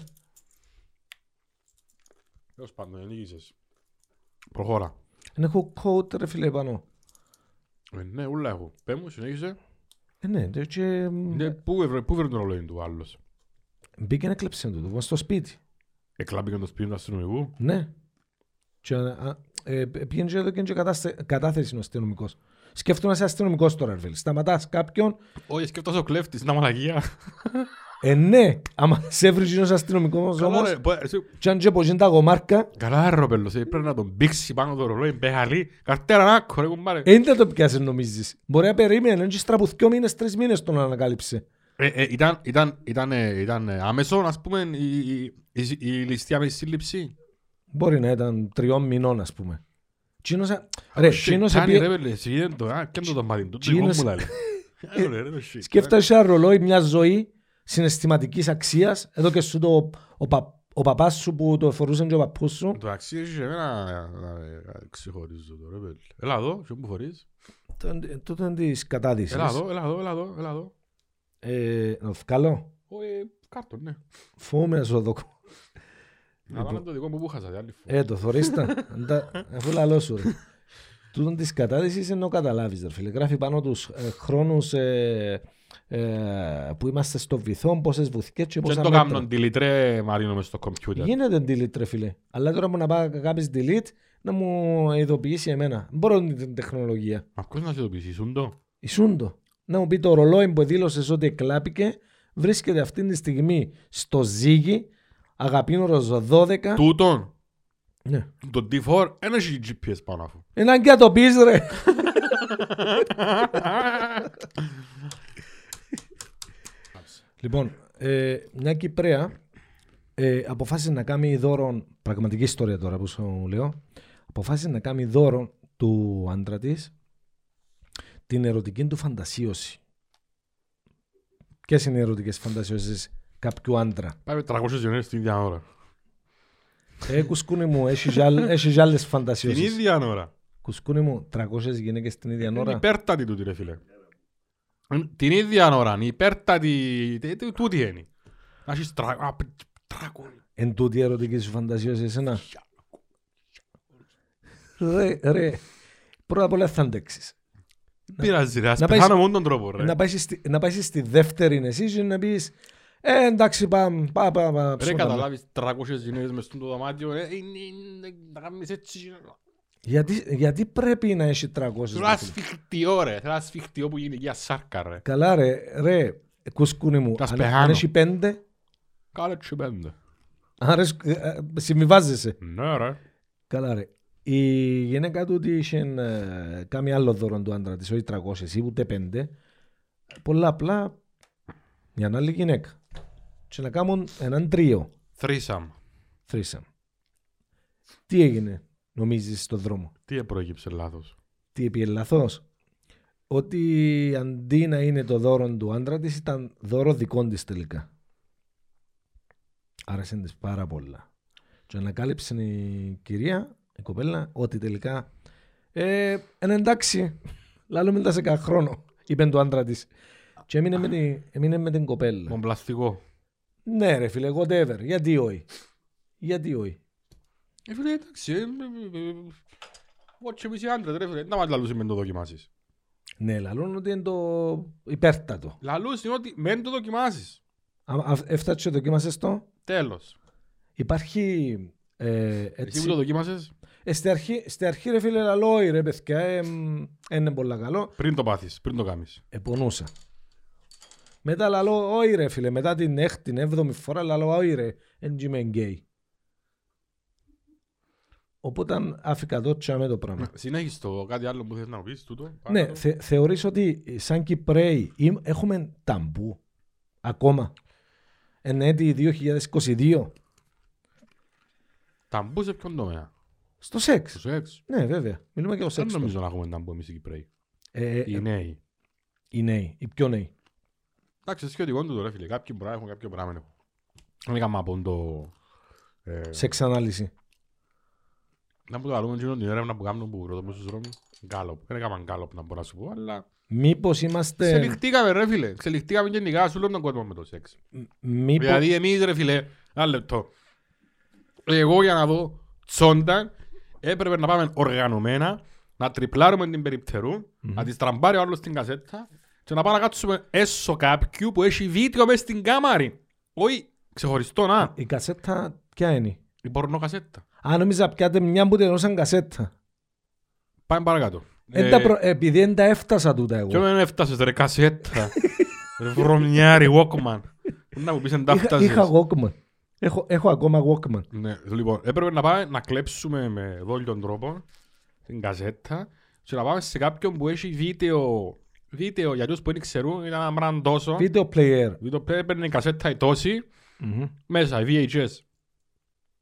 Έως πάντων, ενίκησες. Προχώρα. Εν έχω code, ρε φίλε, πάνω. Ε, Ναι, ούλα έχω. Πες μου, συνέχισε. Ε, ναι, και- και... Ναι, Πού έβρε- πού βρήκε το ρολόι του άλλος. Μπήκε να κλέψει το στο σπίτι. Εκλάμπηκε Ε, το σπίτι του αστυνομικού. Ναι. Και, α, ε, πήγαινε και εδώ και κατάθε, κατάθεση ο αστυνομικός. Σκέφτομαι να είσαι αστυνομικός τώρα, Ερβίλ. Σταματάς κάποιον. Όχι, σκέφτεσαι ο κλέφτης, είναι αμαλαγία. Ε, ναι, άμα σε βρει ένα αστυνομικό όμω. Καλά, ρε, πο- εσύ- Και αν και πως είναι τα γομάρκα, Καλά ρε ροπέλος, ε, πρέπει να τον πήξεις πάνω το ρολόι, μπεχαλή, καρτέρα να άκου, ρε κουμπάρε. δεν θα το πιάσεις, νομίζεις. Μπορεί να περίμενε, έτσι στραπουθιό μήνες, τρεις μήνες τον ανακάλυψε. Ε, ε, ήταν, ήταν, ήταν, ε, ήταν ε, άμεσο, ας πούμε, η, η, η, η ληστεία με τη σύλληψη. Μπορεί να ήταν τριών μηνών, ας πούμε. Τσίνωσα. Α, Ρε, το shit, τσίνωσα. κάνει, ρε, παιδί, εσύ, δεν το- α, και δεν το μάθει, τούτο εγώ Τσίνος- μου λέει. Ε, ρε, ρε, το shit. Σκέφτεσαι ένα ρολόι μια ζωή συναισθηματικής αξίας, εδώ και σου το ο, πα, ο παπάς σου που το φορούσε και ο παππούς σου. Το αξίζει και εμένα να- να- να ξεχωρίζω το, ρε, παιδί. Έλα εδώ, και μου φορείς. Τον- Τούτο είναι της κατάδυσης. Έλα εδώ, έλα εδώ, έλα εδώ, έλα εδώ. Ε, Να το βγάλω. Ω, ε, κάρτον, ναι. Φοβούμαι να σου δω. Να βάλω το δικό μου που χάσα, τη άλλη φορά. Ε, το θωρίστα. Αφού λαλό σου. ρε. Τούτον της κατάδυση ενώ καταλάβεις, ρε φίλε. Γράφει πάνω ε, του χρόνους ε, που είμαστε στο βυθό, πόσε βουθιέ και Και πόσα το μέτρα. κάμνον delete, Μαρίνο, μες στο κομπιούτερ. Γίνεται delete, ρε φίλε. Αλλά τώρα που να πάω να κάνεις delete, να μου ειδοποιήσει εμένα. Μπορώ να την τεχνολογία. Μα ποιος να σε το πείσει, ήσουν το. Ισούν το. Να μου πει το ρολόι που δήλωσες ότι εκλάπηκε, βρίσκεται αυτή τη στιγμή στο Ζήγη, αγαπήνορο 12. Τούτον, Ναι. το D4, ένα έχει GPS πάνω αφού. Έναν και να το πεις ρε. λοιπόν, ε, μια Κυπρέα ε, αποφάσισε να κάνει δώρο, πραγματική ιστορία τώρα που σου λέω, αποφάσισε να κάνει δώρο του άντρα της την ερωτική του φαντασίωση. Ποιες είναι οι ερωτικές φαντασίωσεις κάποιου άντρα. Πάμε 300 γενές την ίδια ώρα. Ε, κουσκούνι μου, έχεις κι άλλ- έχεις κι άλλε Την φαντασίωσει. ίδια ώρα. Κουσκούνι μου, 300 γυναίκες την ίδια Είναι ώρα. υπέρτατη τούτη ρε φίλε. Ε, Την ίδια ώρα, είναι υπέρτατη, τε- τε- τούτη είναι. Να έχεις τρακούν. Εν τούτη η ερωτική σου φαντασίωση εσένα. Ρε, ρε. Πρώτα απ' όλα θα αντέξεις. Πειράζει, ρε. Ας να πάει- πεθάνω με τον τρόπο, ρε. Να πάει στη, να πάεις στη δεύτερη εσύ και να πεις «Ε, εντάξει, πάμε, πάμε, πάμε». Ρε καταλάβεις 300 γυναίκες μες στο δωμάτιο, ε, είναι- είναι- να κάνεις έτσι. Γιατί, γιατί πρέπει να έχει 300 Θέλω ένα δάχτυλα. σφιχτιό, ρε. Θέλω ένα σφιχτιό που γίνει για σάρκα, ρε. Καλά ρε, ρε, κουσκούνι μου, Τα αν, σπεχάνω. αν έχει πέντε, Κάλε τσι πέντε. άρα σκ- ε, ε, συμβιβάζεσαι. Ναι, ρε. Καλά ρε. Η γυναίκα του ότι είχε ε, κάνει άλλο δώρο του άντρα της, όχι 300 ή ούτε 5. Πολλά απλά μια άλλη γυναίκα. Και να κάνουν έναν τρίο, Θρήσαμ. θρήσαν. Τι έγινε, νομίζεις, στον δρόμο. Τι επρόκειψε λάθος. Τι είπε λαθός. Ότι αντί να είναι το δώρο του άντρα της ήταν δώρο δικών της τελικά. Άρεσε της πάρα πολλά. Και ανακάλυψε η κυρία, η κοπέλα, ότι τελικά ε, εν εντάξει, λάλλο μετά σε κανένα χρόνο, είπε του άντρα της. Και έμεινε με, την, έμεινε με την κοπέλα. Τον πλαστικό. Ναι ρε φίλε, whatever, γιατί όχι. Γιατί όχι. Ε, φίλε, εντάξει. ε, ε, ε, ε, Όχι εμείς οι άντρες, ρε, φίλε. Να μας λαλούσε μεν το δοκιμάσεις. Ναι, λαλούν ότι είναι το υπέρτατο. Λαλούσε ότι μεν το δοκιμάσεις. Α, α- Έφτασε και δοκίμασες το. Τέλος. Υπάρχει ε, Εσύ έτσι. που το δοκίμασες, Ε, στη, αρχή, στη αρχή ρε φίλε λαλό, «Όι, ρε παιδιά, ε, μ, είναι πολλά καλό. πριν το πάθεις, πριν το κάνεις. Επονούσα. Μετά λαλό, όχι ρε φίλε, μετά την έκτη, την έβδομη φορά λαλό, όχι ρε, εν τζι είμαι γκέι. Οπότε άφηκα το τσάμε το πράγμα. Συνέχιστο, κάτι άλλο που θες να πεις, τούτο. Ναι, πάνω. ναι, θε, θεωρείς ότι ε, σαν Κυπρέοι ειμ- έχουμε ταμπού ακόμα. Εν έτη 2022. Ταμπούς σε ποιον τομέα. Στο σεξ. Στο σεξ. Ναι, βέβαια. Μιλούμε και για το Δεν σεξ. τώρα. νομίζω να έχουμε ταμπού εμείς οι Κυπρέοι. ναι. Ε, ε, Οι νέοι. Οι νέοι, οι πιο νέοι. Εντάξει, σε σχετικό είναι το ρε φίλε. Κάποιοι μπορεί να έχουν, κάποιοι μπορεί να μην έχουν. Δεν έκαμε από το... ε, Σεξ ανάλυση. Να που το καλούμε εκείνον την έρευνα που κάνουν που ρωτάμε στους δρόμους. Γκάλοπ. Δεν έκαμε γκάλοπ να μπορώ να σου πω, αλλά... Μήπως είμαστε. Ξελιχτήκαμε ρε φίλε. Ξελιχτήκαμε γενικά σου λέω τον κόσμο με το σεξ. Μήπως... Δηλαδή εμείς ρε φίλε, ένα λεπτό. Εγώ για να δω τσόντα έπρεπε να πάμε οργανωμένα, να τριπλάρουμε την περιπτερου να τη στραμπάρει ο άλλος στην κασέτα και να πάμε να κάτσουμε έσω κάποιου που έχει βίντεο μέσα στην κάμαρη. Όχι, ξεχωριστό να, Η κασέτα ποια είναι. η πορνοκασέτα. Αν νόμιζα πιάτε μια που την ενώσαν κασέτα. Πάμε παρακάτω. Εν Ε, τα προ... Επειδή δεν τα έφτασα τούτα Και εγώ. όταν έφτασες ρε κασέτα, ρε βρωμιάρι, Walkman. Πού να μου πεις εν τα Είχα, έφτασες. είχα Walkman. Έχω, έχω ακόμα Walkman. Ναι, λοιπόν, έπρεπε να πάμε να κλέψουμε με δόλιον τρόπο την καζέτα και να πάμε σε κάποιον που έχει βίντεο, βίντεο για τους που δεν ξέρουν, ήταν ένα μπραν τόσο. Video player. Βίντεο που έπαιρνε η καζέτα η τόση, μέσα, η VHS.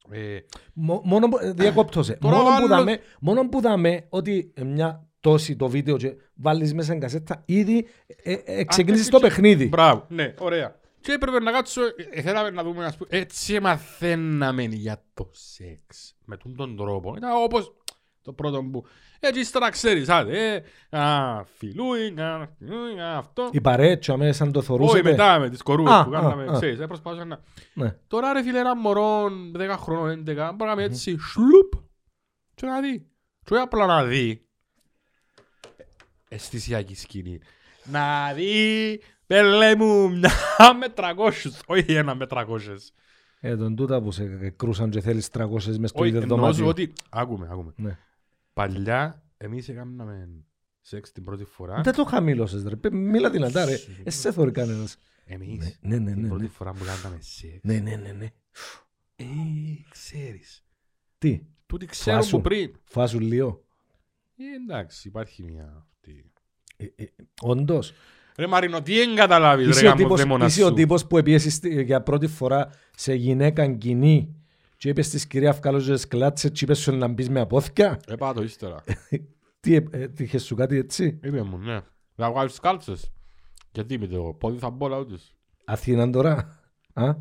Ε, Μο- Μόνο που... Διακόπτω σε. Τώρα Μόνο, που βάλω- δαμε, μόνο που δαμε ότι μια τόση το βίντεο και βάλεις μέσα στην κασέτα ήδη ε, ε, ε, ξεκινήσεις το και- παιχνίδι. μπράβο, ναι, ωραία. Και έπρεπε να κάτσουμε, ε, θέλαμε να δούμε, ας πούμε, έτσι μαθαίναμε για το σεξ. Με τον τον τρόπο. Ήταν όπως το πρώτο που... Έτσι ύστερα ξέρεις, άντε, ε, α, φιλούι, α, φιλούι, α, αυτό. Η παρέτσια μέσα σαν το Όχι, θορούσετε. μετά με τις κορούες Α, που α, κάναμε, α. ξέρεις, ε, προσπαθούσα να... Ναι. Τώρα ρε φίλε ένα μωρό 10 χρόνων, 11, μπορεί να κάνει έτσι, σλουπ, και να δει. Και όχι απλά να δει. Αισθησιακή σκηνή. Να δει, πέλε μου, μια με 300, όχι ένα με 300. Ε, τον τούτα που σε κρούσαν και θέλεις 300 μες στο Όχι, ίδιο εννοώ σου δωμάτιο. ότι, άκουμε, άκουμε. Ναι. Παλιά, εμείς έκαναμε σεξ την πρώτη φορά. Δεν το χαμήλωσες ρε. Πε- Μίλα δυνατά ρε. Σου. Εσύ σε θωρεί κανένας. Εμείς, Ναι, ναι, την ναι. πρώτη ναι. φορά που κάναμε σεξ, Ναι, ναι, ναι, ναι. ε, ξέρεις. Τι, Τούτοι ξέρουν που Φάσου. πριν. φάσου λίγο. Ε, εντάξει, υπάρχει μια αυτή. Ε, ε, Όντως. Ρε Μαρίνο, τι δεν καταλάβεις ρε Είσαι ο, γάμος τύπος, δαίμονας είσαι ο σου. τύπος που επίεσες στη- για πρώτη φορά σε γυναίκα κοινή και είπες της κυρία Αυκαλόζες κλάτσε και είπες σου να μπεις με απόθηκια. Ε, πάτω ύστερα. Τι, ε, ε, τι είχες σου κάτι έτσι. Είπε μου, ναι. Να βγάλεις τις κάλτσες. Γιατί με το πόδι θα μπω λαού τους. Αθήνα τώρα. Α?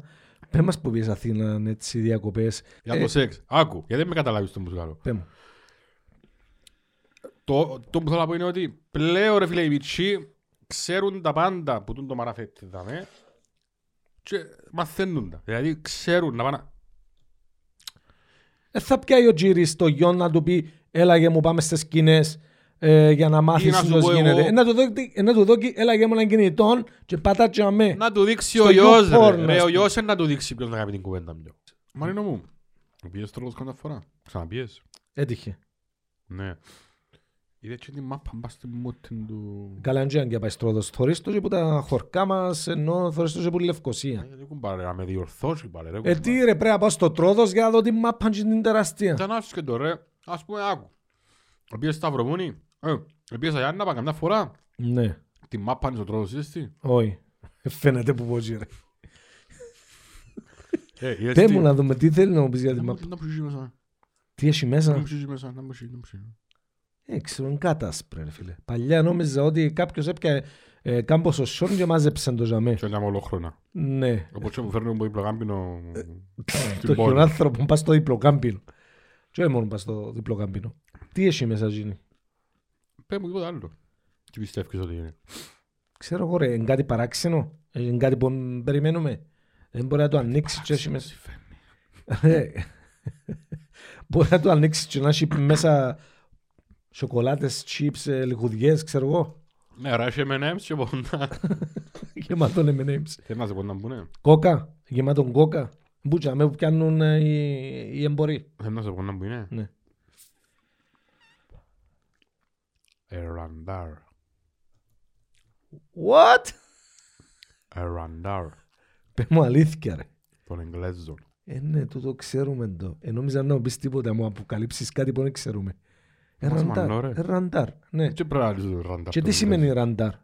Πες μας που πήγες Αθήνα έτσι διακοπές. Ε, Για το σεξ. Άκου, γιατί δεν με καταλάβεις το μουσικάλο. Πες μου. Το, το που θέλω να πω είναι ότι πλέον ρε φίλε οι πιτσί ξέρουν τα πάντα που τούν το μαραφέτη δαμε και μαθαίνουν τα. Δηλαδή ξέρουν να πάνε... Ε, θα πιάει ο Τζίρις το γιο να του πει έλα για μου πάμε στις σκηνές ε, για να μάθεις Ή να σου πώ πω γίνεται. εγώ- Ε, Να του δω, τι- ε, να του δω, και- έλα για μου ένα κινητό και πατά και αμέ. Να του δείξει Ε, Στο ο γιος YouPorn, ρε. ας ρε. Ο πούμε. γιος είναι να του δείξει ποιος να κάνει την κουβέντα πιο. Μαρίνο μου, πιες τρόλος κάνα φορά. Ξαναπιες. Έτυχε. Ναι. Είδε και την μάπα μπας στην μότιν του... Καλά είναι και αν και πάει στρόδος. Θωρείς το και που τα χορκά μας, ενώ θωρείς το και που Λευκοσία. Ε, Δεν κουμπάρε, να με διορθώσει κουμπάρε. ρε, Ε, κουμπάρε. τι ρε, πρέπει να πάω στο τρόδος για να δω τη μάπα και την τεραστία. Ήταν άσκετο ρε. Ας πούμε, άκου. Επίες Σταυρομούνη. Ε, επίες Αγιάννα, πάνε καμιά φορά. Ναι, Την μάπα είναι στο τρόλος σύστη. όχι. Ε, Φαίνεται που πώς ρε. Ε, είδες Πέ τι. μου να δούμε τι θέλει να μου πεις για τη Να μου- μάπα. να μου ψήσει μέσα. Τι έχει Να μου μέσα. ψήσει μέσα, να μου ψήσει, να μου ψήσει. Ε, ξέρω, είναι κάτασπρε ρε φίλε. Παλιά νόμιζα ότι κάποιος έπιανε ε, κάμπος σωσιόν και μάζεψε το ζαμέ. Και ένα ολόχρονα. Ναι, Όπως και που φέρνουν που διπλοκάμπινο Ε, το στην πόλη. χιονάνθρωπο πας στο διπλό κάμπινο. Τι όχι μόνο πας στο διπλό κάμπινο. Τι έχει μέσα γίνει. Πες μου τίποτα άλλο. Τι πιστεύεις ότι είναι. Ξέρω εγώ ρε, είναι κάτι παράξενο. Ε, Είναι κάτι που περιμένουμε. Δεν μπορεί να το ανοίξει και έχει μέσα. Ε, Μπορεί να το ανοίξει και να έχει μέσα σοκολάτες, chips, ε, λιγουδιές, ξέρω εγώ. Ναι, ρε, έχει M&M's και πονά. Γεμάτο M&M's. Θέλει να σε πονά που είναι. Κόκα, γεμάτο κόκα. Μπούτσα με που πιάνουν ε, οι, οι εμποροί. Θέλει να σε πονά που είναι. Ναι. Ε, Εραντάρ. What? Εραντάρ. Πες μου αλήθεια ρε. Των Εγγλέζων. Ε, ναι, τούτο ξέρουμε το. Ε, νόμιζα να μου πεις τίποτα, μου αποκαλύψεις κάτι που δεν ξέρουμε. Ε, Μας ραντάρ, μανώ, ρε. ε, ραντάρ, ναι. Τι πρέπει να λύσεις το ραντάρ. Και των τι σημαίνει Εγγλέζων. ραντάρ.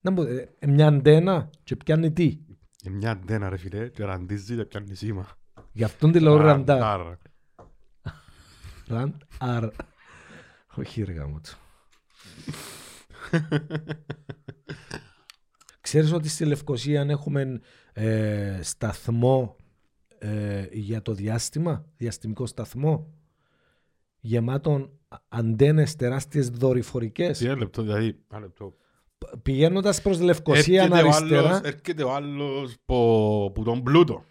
Να μου, ε, ε, μια αντένα και πιάνει τι. Ε, Μια αντένα ρε φίλε και ραντίζει και πιάνει σήμα. Γι' αυτόν τη λέω ραντάρ. Ραντάρ. Ραντάρ. Όχι ρε γάμο του. Ξέρεις ότι στη Λευκοσία αν έχουμε ε, σταθμό ε, για το διάστημα, διαστημικό σταθμό, γεμάτον αντένες τεράστιες δορυφορικές, Τι ένα λεπτό δηλαδή. Ένα λεπτό. πηγαίνοντας προς Λευκοσία Έρχεται ο αριστερά, άλλος- ε, Έρχεται ο άλλος που που τον πλούτο.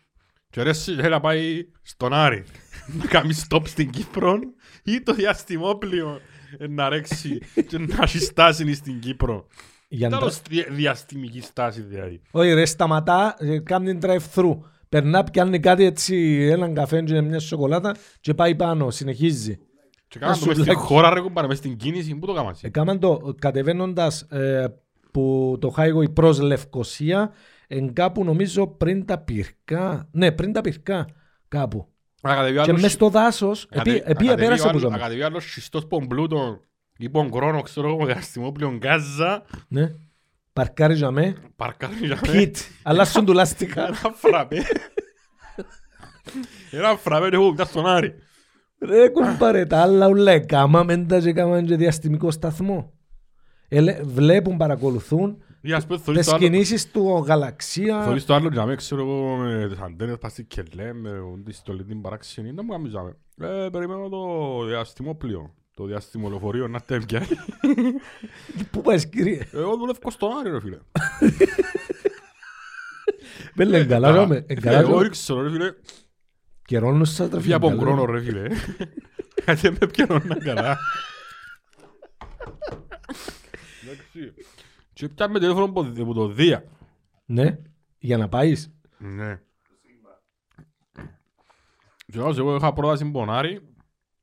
Και ρε εσύ θέλει να πάει στον Άρη. Να κάνει stop στην Κύπρο ή το διαστημόπλιο ε, να ρέξει και να έχει στάση στην Κύπρο. για να- Τέλος δια- διαστημική στάση δηλαδή. Όχι ρε, σταματά, ε, κάνει drive-thru. Περνά, πιάνει κάτι έτσι, έναν καφέ και μια σοκολάτα και πάει πάνω, συνεχίζει. Και κάναμε το μες στην σουβλάκι. χώρα ρε κουμπάρε, μες στην κίνηση, πού το κάναμε εσύ. Έκαναν το κατεβαίνοντας ε, που το highway προς Λευκοσία, εν κάπου νομίζω πριν τα πυρκά, ναι πριν τα πυρκά κάπου. Να κατεβεί ο Και άλλος μες στο δάσος, Ακατε- επί ακατεβεί ο πέρασε από άλλος- ζώμα. ακατεβεί ο άλλος σχιστός πον πλούτο ή πον κρόνο, λοιπόν, ξέρω εγώ, διαστημόπλιο Γκάζα, Ναι. Παρκάρει ζαμέ, παρκάρει για μένα πιτ, αλλάσουν του λάστιχα. ένα φραπέ. Ένα φραπέ και εγώ πιάσω στον Άρη. Ρε κουμπάρε, τα άλλα ούλα έκαμα, μεντά και έκαμα και διαστημικό σταθμό. Ελε- βλέπουν, παρακολουθούν, Ή ας πούμε θωρείς Τις το άλλο- κινήσεις του γαλαξία. θωρείς το άλλο για μένα, ξέρω εγώ, με τις αντένες πας στην Κελέ, με όντι στολή την παράξενη, να μου κάνεις για μένα. Ε, περιμένω το διαστημόπλιο, το διαστημολοφορείο να έρθει να με πιάνει. Πού πας κύριε. Εγώ δουλεύω στον Άρη ρε φίλε. Με λένε καλά Τα- Ε, ρε. Εγώ Εγκαλάζομαι. ρίξω ρε φίλε. Καιρώνουν σας τρεφή. Φύγα από τον χρόνο ρε φίλε. Γιατί με πιανόνα καλά. Εντάξει. Και πιάμε τηλέφωνο από- από το Δία. Ναι. Για να πάεις. Ναι. Και όσο εγώ είχα πρόταση με τον Άρη,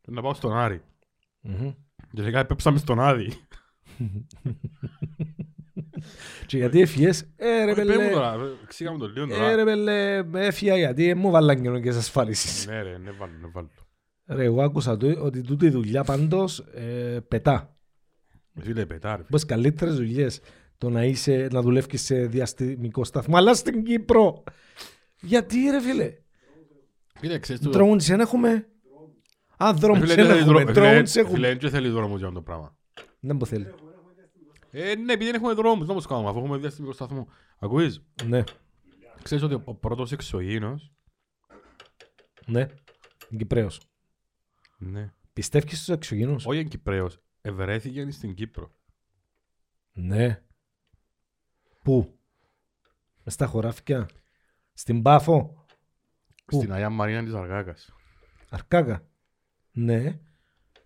και να πάω στον Άρη. Μμμ. Και τελικά επέψαμε στον Άδη. Και γιατί έφυγες. Ε ρε Ε, πέ μου πέλε. τώρα, ε, ξύγαμε το λίγο Ε τώρα. ρε πέλε. Έφυγα γιατί ε, μου βάλαν κοινωνικές ασφάλισης. Ναι ρε, ναι βάλω, ναι βάλω. Ρε εγώ άκουσα το- ότι τούτη η δουλειά πάντως ε, πετά. Ε, Φίλε πετά ρε. Όπως καλύτερες δουλειές το να, είσαι, να δουλεύεις σε διαστημικό σταθμό. Αλλά στην Κύπρο. Γιατί ρε φίλε. Φίλε ξέρεις το... Drones δεν έχουμε. Α, drones Ε, Φίλε, δεν δεν θέλει έχουμε. δρόμο- φίλε, ε, Drones έχουμε. Φίλε, δεν θέλει δρόμο για το πράγμα. Δεν μου θέλει. Ε, ναι, επειδή δεν έχουμε δρόμους, να μας κάνουμε, αφού έχουμε διαστημικό σταθμό. Ακούεις, Ναι, ξέρεις ότι ο πρώτος εξωγήινος... ναι. Είναι Κυπρέος. Ναι. Πιστεύεις στους εξωγήινους. Όχι εν Κυπρέος, ευρέθηκε στην Κύπρο. Ναι. Πού. Μες στα χωράφια. Στην Πάφο. Πού? Στην Αγία Μαρία της Αργάκας. Αρκάκα. Ναι.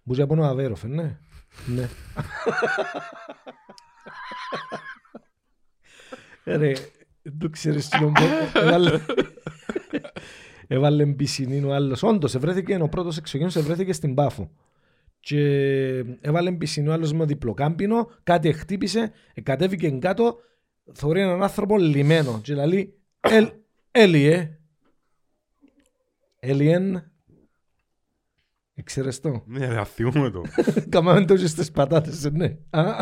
Μπορεί να πω να αβέροφε, ναι. Ναι. Ρε, δεν το ξέρεις τι νομπό. Έβαλε... Έβαλε μπισινίν ο άλλος. Όντως, ευρέθηκε, ο πρώτος εξωγήινος ευρέθηκε στην Πάφο. Και έβαλε μπισινίν ο άλλος με διπλοκάμπινο, κάτι χτύπησε, κατέβηκε κάτω, θωρεί έναν άνθρωπο λιμένο. Και λέει, «Ελ- Έλιε. Έλιεν. Εξαιρεστό. Ναι, ρε, αθιούμε το. Καμάμε το και στις πατάτες, ναι. Α,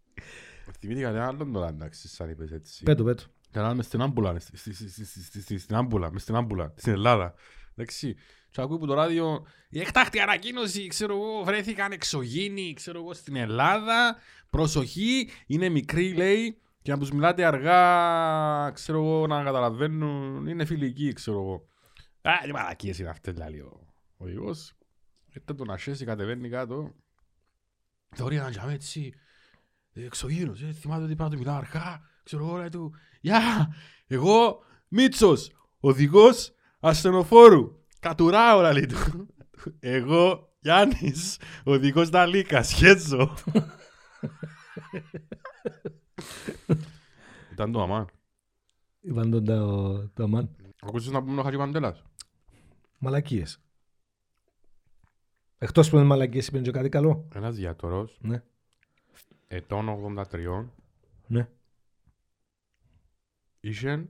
Θυμήθηκα ένα άλλον τώρα, εντάξει, σαν είπες έτσι. Πέτω, πέτω. Καλά μες στην άμπουλα, στη- στη- στη- στη- στη- στη- στη- στην άμπουλα, μες στην άμπουλα, στην Ελλάδα. Εντάξει, και ακούει που το ράδιο, η εκτάκτη ανακοίνωση, ξέρω εγώ, βρέθηκαν εξωγήινοι, ξέρω εγώ, στην Ελλάδα, προσοχή, είναι μικροί, λέει, και να τους μιλάτε αργά, ξέρω εγώ, να καταλαβαίνουν, είναι φιλικοί, ξέρω εγώ. Α, τι μαλακίες είναι αυτές, λέει ο οδηγός. Μετά τον ασχέσει, κατεβαίνει κάτω, θεωρεί έναν τζαμί έτσι, εξωγήινος, ε, θυμάται ότι πρέπει να του μιλάω αργά, ξέρω εγώ, λέει του, Γεια! Εγώ, Μίτσος, οδηγός ασθενοφόρου. Κατουράω, λέει του. Εγώ, Γιάννης, οδηγός Νταλίκα, σχέτσο. Ήταν το αμά. Είπαν τον τα- τα μαν. Ακούσες να πούμε ο Χατζη Παντέλας. Μαλακίες. Εκτός που είναι μαλακίες είπαν και κάτι καλό. Ένας γιατρός, Ναι, ετών 83, ναι. είχε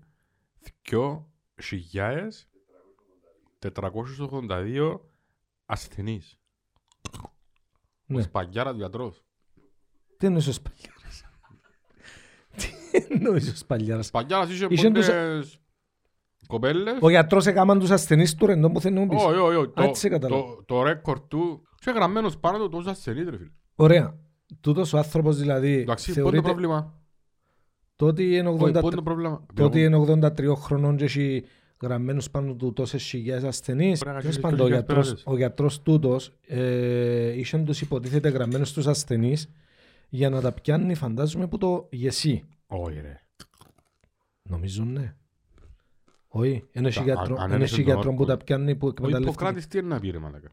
2.482 ασθενείς. Ο Ναι. Σπαγκιάρας γιατρός. Τι εννοείς ο Σπαλιάρας. Τι εννοείς ο Σπαλιάρας. Σπαγκιάρας είχε Είσεν τους- πολλές κοπέλες. Ο γιατρός έκαναν τους ασθενείς του ρε, ενώ που θέλουν να πεις. Όχι, όχι, όχι. Το- έτσι κατάλαβα. το- Το ρέκορ του. Και γραμμένος πάνω του τόσο ασθενείς ρε φίλε. Ωραία. Τούτος ο άνθρωπος δηλαδή Εντάξει, πού είναι το θεωρείται πρόβλημα. το ότι είναι Όχι, πού είναι 83 το πρόβλημα. το ότι είναι 83 χρονών και έχει γραμμένους πάνω του τόσες χιλιάδες ασθενείς. Μπορεί να Τέλος κάνει πάντων, ο λειτουργικές γιατρός, περάτες. ο γιατρός τούτος ε, είχε τους υποτίθεται γραμμένους τους ασθενείς για να τα πιάνει φαντάζομαι που το γεσί. Όχι ρε. Νομίζω ναι. Όχι, ένα Τα- γιατρό, αν- αν ένας έπαιζε το γιατρό Όρκο. που τα πιάνει που Ο εκμεταλλεύτηκε. Ε, Ιπποκράτης τι είναι να πει ρε μαλακα.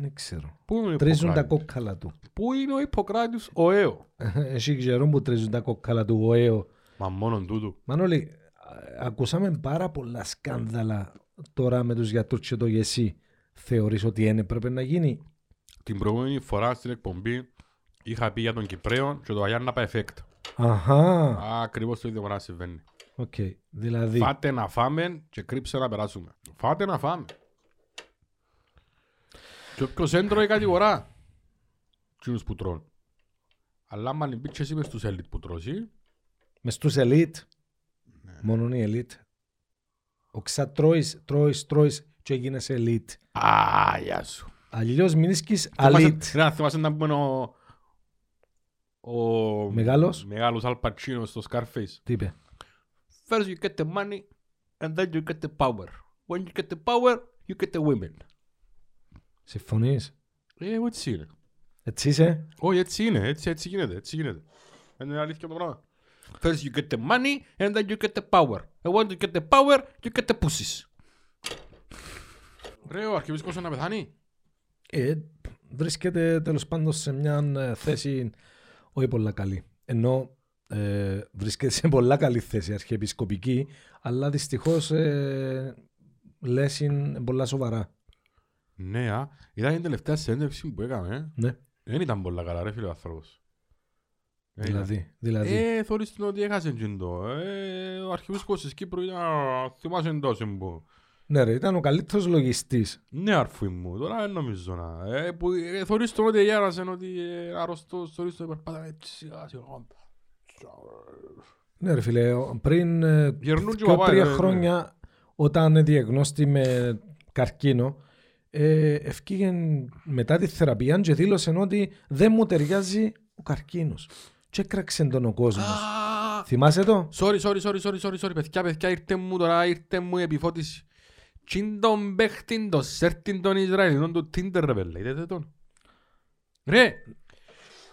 Δεν ξέρω. Πού είναι ο Τρίζουν τα Ιπποκράτης. κόκκαλα του. Πού είναι ο Ιπποκράτης ο ΑΕΟ. Έχει ξέρω που τρίζουν τα κόκκαλα του ο ΑΕΟ. Μα μόνον τούτου. Μανώλη, α- ακούσαμε πάρα πολλά σκάνδαλα τώρα με τους γιατρούς και το γεσί. Θεωρείς ότι είναι πρέπει να γίνει. Την προηγούμενη φορά στην εκπομπή είχα πει για τον Κυπρέο και το Αγιάννα Παεφέκτ. Αχα, Ακριβώς το ίδιο μπορεί να συμβαίνει. οκ. Δηλαδή, Φάτε να φάμε και κρύψε να περάσουμε. Φάτε να φάμε. Και όποιος δεν τρώει κατηγορά. Κοινούς που τρώνε. Αλλά άμα λυμπήξες είμαι στους ελίτ που τρώσει. μες στους ελίτ, μόνον οι ελίτ. Ο ξατρώεις, τρώεις, τρώεις και έγινες ελίτ. Α, γεια σου. Αλλιώς μην είσαι αλίτ. Θυμάσαι- Ναι, θυμάσαι να πούμε ο... Ο... Μεγάλος. Μεγάλος Αλπατσίνο στο Scarface. Τι είπε. First you get the money and then you get the power. When you get the power, you get the women. Συμφωνείς. Ε, έτσι είναι. Έτσι είσαι. Όχι, έτσι είναι. Έτσι, έτσι γίνεται. Έτσι γίνεται. Είναι αλήθεια το πράγμα. First you get the money and then you get the power. And when you get the power, you get the pussies. Ρε, ο αρχιεπίσκοπος να πεθάνει. Ε, βρίσκεται τέλος πάντων σε μια ε, θέση όχι πολλά καλή. Ενώ ε, βρίσκεται σε πολλά καλή θέση αρχιεπισκοπική, αλλά δυστυχώς ε, λες είναι πολλά σοβαρά. Ναι, α. Ήταν η τελευταία συνέντευξη που έκαμε. ε. Ναι, Δεν ήταν πολλά καλά, ρε φίλε ο άνθρωπος. Δεν ήταν. δηλαδή. δηλαδή. Ε, θωρείς την ότι έχασε τζιν το. Ε, ο αρχιεπίσκοπος της Κύπρου ήταν... Θυμάσαι τόσο μου. ναι, ρε, ήταν ο καλύτερος λογιστής. Ναι, αρφή μου, τώρα δεν νομίζω να. Ε, που, ε, θωρείς τον ότι γέρασε, ότι ε, αρρωστός, θωρείς τον υπερπάτα, έτσι, σιγά, σιγά. Ναι, ρε φίλε, ο- πριν ε, Γερνούν και δυο- παπάει, τρία ναι, ναι. χρόνια, όταν διαγνώστη με καρκίνο, ε, ευκήγε μετά τη θεραπεία και δήλωσε ότι δεν μου ταιριάζει ο καρκίνος. Και έκραξε τον ο κόσμος. ναι. Α, Θυμάσαι το? Sorry, sorry, sorry, sorry, sorry, sorry, παιδιά, παιδιά, ήρθε μου τώρα, ήρθε μου η επιφώτιση. Τσιν τον παίχτην, τον σέρτην τον Ισραηλινόν του Tinder, ρε παιδιά, είδατε τον. Ρε,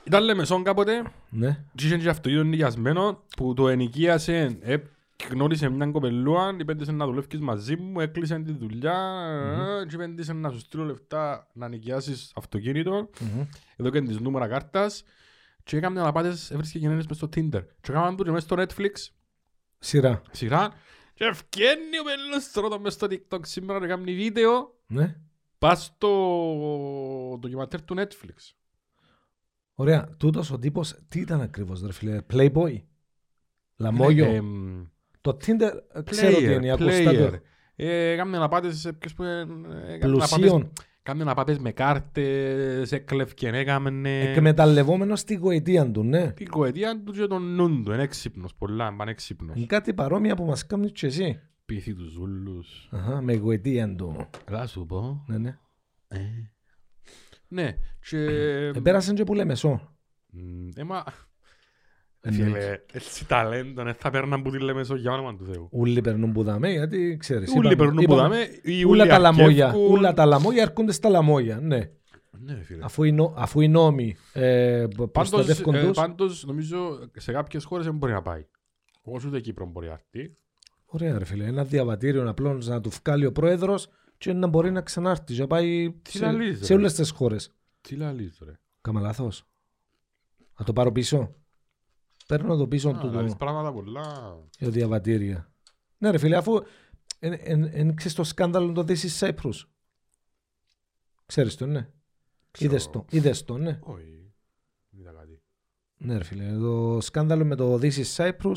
ήταν λεμεσόν κάποτε, Ναι. και είχε και αυτοκίνητο νοικιασμένο που το ενοικίασε, ε, γνώρισε μια κοπελούα, η πέντησε να δουλεύεις μαζί μου, έκλεισε τη δουλειά Μμμ. ε, και η πέντησε να σου στείλω λεφτά να νοικιάσεις αυτοκίνητο. Εδώ και τις νούμερα κάρτας και έκαμε αναπάτες, έβρισκε γενναίνες μες στο Tinder. Και έκαμε του και μες στο Netflix, Σειρά. σειρά, και ευκαινεί ο πελός στρώτα μες στο TikTok σήμερα να κάνει βίντεο. Ναι. Πας στο ντοκιμαντέρ του Netflix. Ωραία. Τούτος ο τύπος τι ήταν ακριβώς, ρε φίλε. Playboy. Λαμόγιο. Ε, εμ, το Tinder ε, ξέρω τι είναι. Player, Ακουστά player. το. Ε, Κάμνε να πάτε σε ποιες που είναι... ε, Πλουσίων. Κάμνε να πάτε με κάρτες, έκλευκεν, Ε, έκαμνε... Εκμεταλλευόμενο στη γοητεία του, ναι. Την κοαιτία του και τον νου του, είναι έξυπνος, πολλά, είναι πανέξυπνος. Είναι κάτι παρόμοια που μας κάνεις και εσύ. Πείθει τους ζούλους. Αχα, με γοητεία του. Θα σου πω. Ναι, ναι. Ε. Ναι, και... Επέρασαν Ε, και που λέμε σώ. Μ, ε, μα- Ε, Φίλε, έτσι ταλέντο, ναι, θα παίρναν που τη λέμε στο για όνομα του Θεού. Ούλοι περνούν που δαμέ, γιατί ξέρεις. Ούλοι είπαμε- περνούν που είπαμε, δάμε, οι Ούλα ούλοι τα λαμόγια. αρκεύκουν. Ούλα τα λαμόγια έρχονται στα λαμόγια, ναι. Ναι, φίλε. Αφού οι, νο, αφού οι νόμοι ε, Πάντως, προστατεύκουν ε, τους. πάντως, νομίζω σε κάποιες χώρες δεν μπορεί να πάει. Όσο ούτε Κύπρο μπορεί να έρθει. Ωραία, ρε φίλε. Ένα διαβατήριο απλώ να του βγάλει ο πρόεδρος και να μπορεί να ξανάρθει. Να πάει Τι να λες, σε, ρε. σε όλες τις χώρες. Τι λαλείς ρε. Κάμα λάθος. Να το πάρω πίσω. Παίρνω το πίσω Α, του λαλείς το, πράγματα πολλά. το διαβατήριο. Ναι, ρε φίλε, αφού εν, εν, εν, ξέρεις το σκάνδαλο το This is Cyprus. Ξέρεις το, ναι. Ξέρω. Είδες το, είδες το, ναι. Όχι. Δεν είδα κάτι. Ναι, ρε φίλε, το σκάνδαλο με το This is Cyprus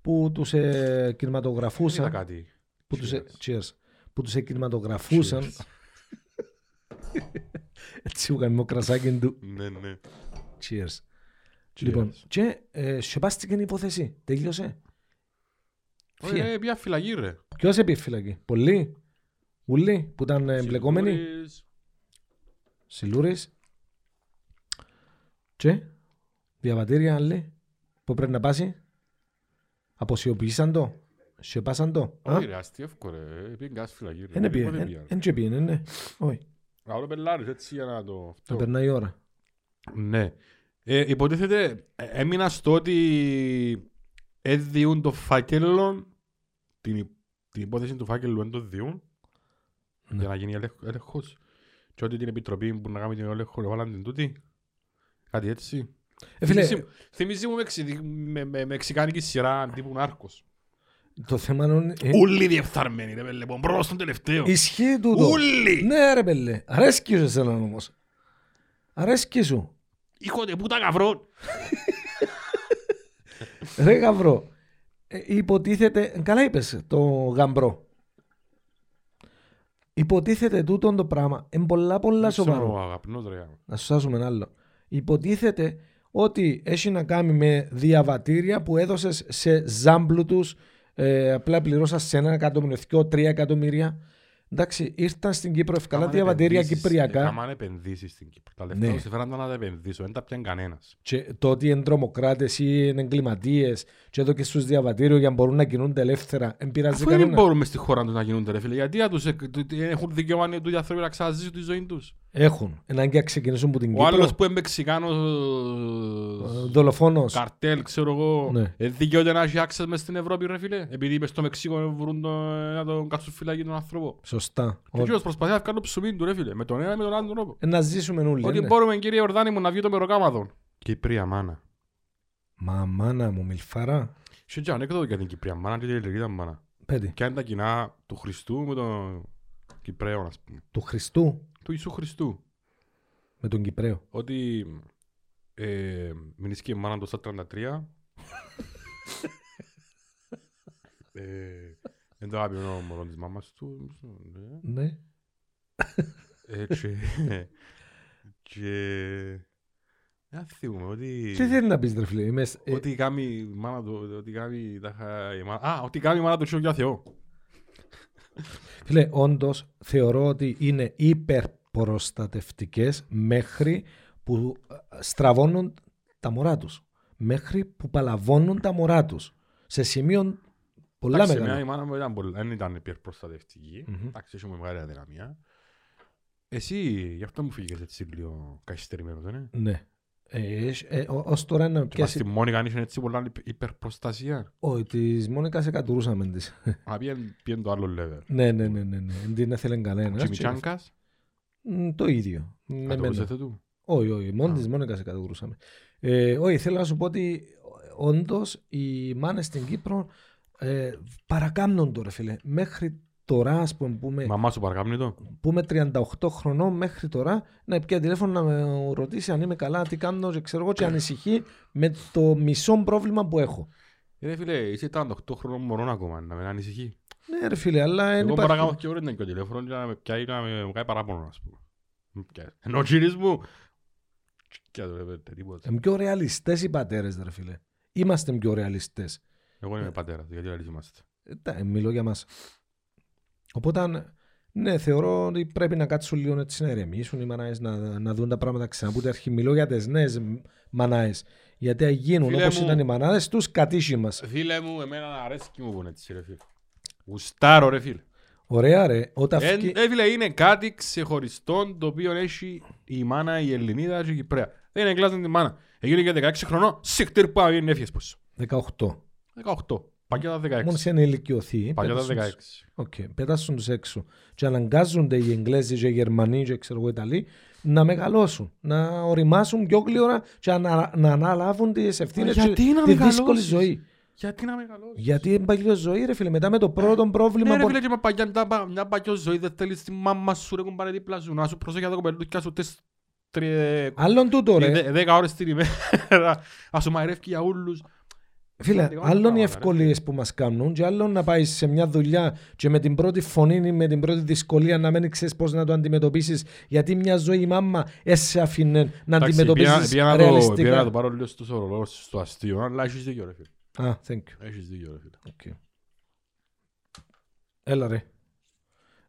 που τους ε, Δεν είδα κινηματογραφούσαν. κάτι. Που τους, ε, Cheers. cheers, που τους ε, εκκινηματογραφούσαν. Cheers. Έτσι μου κάνει κρασάκι του. Ναι, ναι. Cheers. Λοιπόν, και ε, σιωπάστηκε η υπόθεση. Τελείωσε. Όχι, φύγε. ε, πια φυλακή ρε. Ποιος επί φυλακή. Πολλοί. Ούλοι που ήταν ε, εμπλεκόμενοι. Σιλούρης. Σιλούρης. Και διαβατήρια άλλοι που πρέπει να πάσει. Αποσιοποιήσαν το. Σιωπάσαν το. Α, Ε, ναι, Όχι ρε, αστιεύκω ρε. Πήγαινε κάτι φυλακή ρε. Τίποτε Εν πήγαινε. πήγαινε. Εν και πήγαινε, ναι. Όχι. Άλλο πελάρεις έτσι για να το... αυτό. Να περνάει η ώρα. Ναι. Ε, υποτίθεται, ε, έμεινα στο ότι έδιουν το φάκελο, την, υ- την υπόθεση του φάκελου δεν το διούν, Ναι. για να γίνει έλεγχο- έλεγχος. Και ότι την επιτροπή που να κάνει τον έλεγχο, έβαλαν την τούτη. Κάτι έτσι. Ε, φίλε, Θυμίζει μου- Θυμίζει μου μεξι- με- με- μεξικάνικη σειρά τύπου νάρκος. Το θέμα είναι. ε, Ούλοι διεφθαρμένοι, ρε παιδί, λοιπόν, προς τον τελευταίο. Ισχύει τούτο. Ούλοι! Ναι, ρε πέλε. Αρέσκει σου εσένα όμως. Αρέσκει σου. Είχονται που τα καβρών. Ρε γαμπρό. Ε, υποτίθεται. Καλά είπες το γαμπρό. Υποτίθεται τούτο το πράγμα. Είναι πολλά πολλά σοβαρό. Αγαπνός, ρε. Να σου σάσουμε ένα άλλο. Υποτίθεται ότι έχει να κάνει με διαβατήρια που έδωσες σε ζάμπλουτου. Ε, απλά πληρώσα σε ένα εκατομμύριο, δυο, τρία εκατομμύρια. Εντάξει, ήρθαν στην Κύπρο ευκαλά Κάμαν διαβατήρια επενδύσεις, κυπριακά. ε, Κάμαν επενδύσεις στην Κύπρο. Τα λεφτά Ναι. που συμφέραν ήταν να τα επενδύσω. Δεν τα πιάνε κανένας. Και το ότι είναι τρομοκράτες ή είναι εγκληματίες, και εδώ και στους διαβατήριο για να μπορούν να κινούνται ελεύθερα, δεν πειράζει Αφού δεν κανένα. μπορούμε στη χώρα τους να γίνονται ρε φίλε. Γιατί να τους εκ- του- τι- έχουν δικαίωμα οι τούτοι άνθρωποι να ξαναζήσουν τη ζωή τους. Έχουν. Ενάγκη να ξεκινήσουν από την Ο άλλος Κύπρο. Ε, που είναι Μεξικάνος Δολοφόνος. καρτέλ ξέρω εγώ. Ναι. ε, Δικαιούται να έχει access μες στην Ευρώπη ρε φίλε. Επειδή είπε στο Μεξικό ε, βρουν τον, ε, να τον κάτσουν φυλακή τον άνθρωπο. Σωστά. Και ο κύριος προσπαθεί να βγάλει το ψωμί του ρε φίλε. Με τον ένα ή με τον άλλο τρόπο. Ε, Να ζήσουμε όλοι. Ότι ναι. μπορούμε κύριε Ορδάνη μου να βγει το μεροκάματο. Κυπρία μάνα. Μα μάνα μου, μιλφαρά. Σε και ανέκδοτο για την Κυπρία μάνα και την Ελληνική μάνα. Πέντε. Ποια είναι τα κοινά του Χριστού με τον Κυπρέο, ας πούμε. Του Χριστού Του Ιησού Χριστού. με τον Κυπρέο. Ότι ε, μηνίσκει η μάνα του στα 33. ε, εν το αγαπημένο μωρό της μάμας του. ναι. Ναι. Ε, και- και... Να θυμούμε ότι... Τι θέλει να πεις, ρε φίλε. είμαι σ- ε, Ότι κάνει η μάνα του, ότι κάνει τα χα- η μάνα... Α, ότι κάνει η μάνα του Τσιόγια Θεό. Φίλε, όντως θεωρώ ότι είναι υπερπροστατευτικές μέχρι που ε, στραβώνουν τα μωρά τους. Μέχρι που παλαβώνουν τα μωρά τους. Σε σημείο πολλά Εντάξει, εμένα μεγάλα. Η μάνα μου ήταν πολλά- δεν ήταν υπερπροστατευτική. Μμμ. Εντάξει, έχουμε μεγάλη αδυναμία. Εσύ, γι' αυτό μου φύγες έτσι λίγο καθυστερημένος, δεν είναι. Ναι. Ε, έχ- ε, Ω ως τώρα να Και πιάσει. στη Μόνικα αν είχαν έτσι πολλά υπε- υπερπροστασία. Όχι, τη Μόνικα εκατουρούσαμε της. Α, πιέν- πιέν το άλλο level. Ναι, ναι, ναι, ναι. ναι. Δεν ήθελε κανένα. Τσιμιτσάνκας, Μ, Το ίδιο. Με να το μένα. προσέθε του. Όχι, όχι. Μόνο Α. της Μόνικα εκατουρούσαμε. Ε, όχι, θέλω να σου πω ότι όντως οι μάνες στην Κύπρο ε, παρακάμνουν τώρα, φίλε. Μέχρι τώρα, ας πούμε, που είμαι, Μαμά σου παρακάμνει το. που είμαι 38 χρονών μέχρι τώρα, να πιάνει τηλέφωνο να με ρωτήσει αν είμαι καλά, τι κάνω, και ξέρω εγώ, και ανησυχεί με το μισό πρόβλημα που έχω. Ε, Ρε φίλε, είσαι 38 χρόνων μωρών ακόμα, να με ανησυχεί. Ναι, ρε φίλε, αλλά δεν Εγώ μπορώ να υπάρχει. κάνω και ώρες να είναι και ο τηλέφωνο και να με πιάει να με μου κάνει παράπονο, ας πούμε. Μ, πιάει. Ενώ ο κύρις μου... Και δεν βλέπετε τίποτα. Είμαι πιο ρεαλιστές οι πατέρες, ρε φίλε. Είμαστε πιο ρεαλιστές. Εγώ είμαι πατέρας, γιατί αλλιώς είμαστε. Ε, Μιλώ για μας. Οπότε, ναι, θεωρώ ότι πρέπει να κάτσουν λίγο έτσι να ηρεμήσουν οι μανάες, να, να δουν τα πράγματα ξανά. Που την αρχή μιλώ για τις νέες μανάες. Γιατί αν γίνουν Φίλε όπως μου. ήταν οι μανάε, του κατήσι μας. Φίλε μου, εμένα αρέσκει μου που είναι έτσι ρε φίλε. Γουστάρω ρε φίλε. Ωραία, ρε. Όταν Ε, φύγει. ε, φίλε, είναι κάτι ξεχωριστό το οποίο έχει η μάνα, η Ελληνίδα και η Κυπρέα. Δεν εγκλάζουν τη μάνα. Έγινε και 16 χρονών, σιχτήρ που αβγαίνει έφυγες πόσο. 18. 18. Πακέτα 16. Μόνο σε ενηλικιωθεί. Πακέτα πετάσουν 16. τους- Οκ, πετάσουν του έξω. Και αναγκάζονται οι Εγγλέζοι, και οι Γερμανοί, και ξέρω εγώ Ιταλοί να μεγαλώσουν, να οριμάσουν πιο γλυόρα και να, να αναλάβουν τις ευθύνες Μα γιατί να τη δύσκολη μεγαλώσεις? ζωή. Γιατί να μεγαλώσεις. Γιατί είναι παγιό ζωή, ρε φίλε. Μετά με το πρώτο πρόβλημα Ναι ρε που- φίλε, και με παγιά μια πα- μια παγιό ζωή δεν θέλεις τη μάμα σου ρε κουμπάρε δίπλα σου. Να σου προσέχει εδώ κοπελούκια σου τες τρι- Άλλον τούτο, ρε. δε- δέκα ώρες την ημέρα. Ας σου μαϊρεύει για όλους. Φίλε, σημαντικό άλλον οι πράγμα, ρε. ευκολίες που μας κάνουν, και άλλον να πάει σε μια δουλειά και με την πρώτη φωνή ή με την πρώτη δυσκολία να μην ξέρεις πώς να το αντιμετωπίσεις. Γιατί μια ζωή η μάμα εσύ αφήνε να Εντάξει, πήγα- αντιμετωπίσει πήγα να το- πήγα να το ρεαλιστικά. πάρω λίγο στους ορολόγους, στο αστείο, αλλά έχεις δίκιο ρε φίλε. Α, thank you. Έχεις δίκιο ρε φίλε. Οκ. Έλα ρε.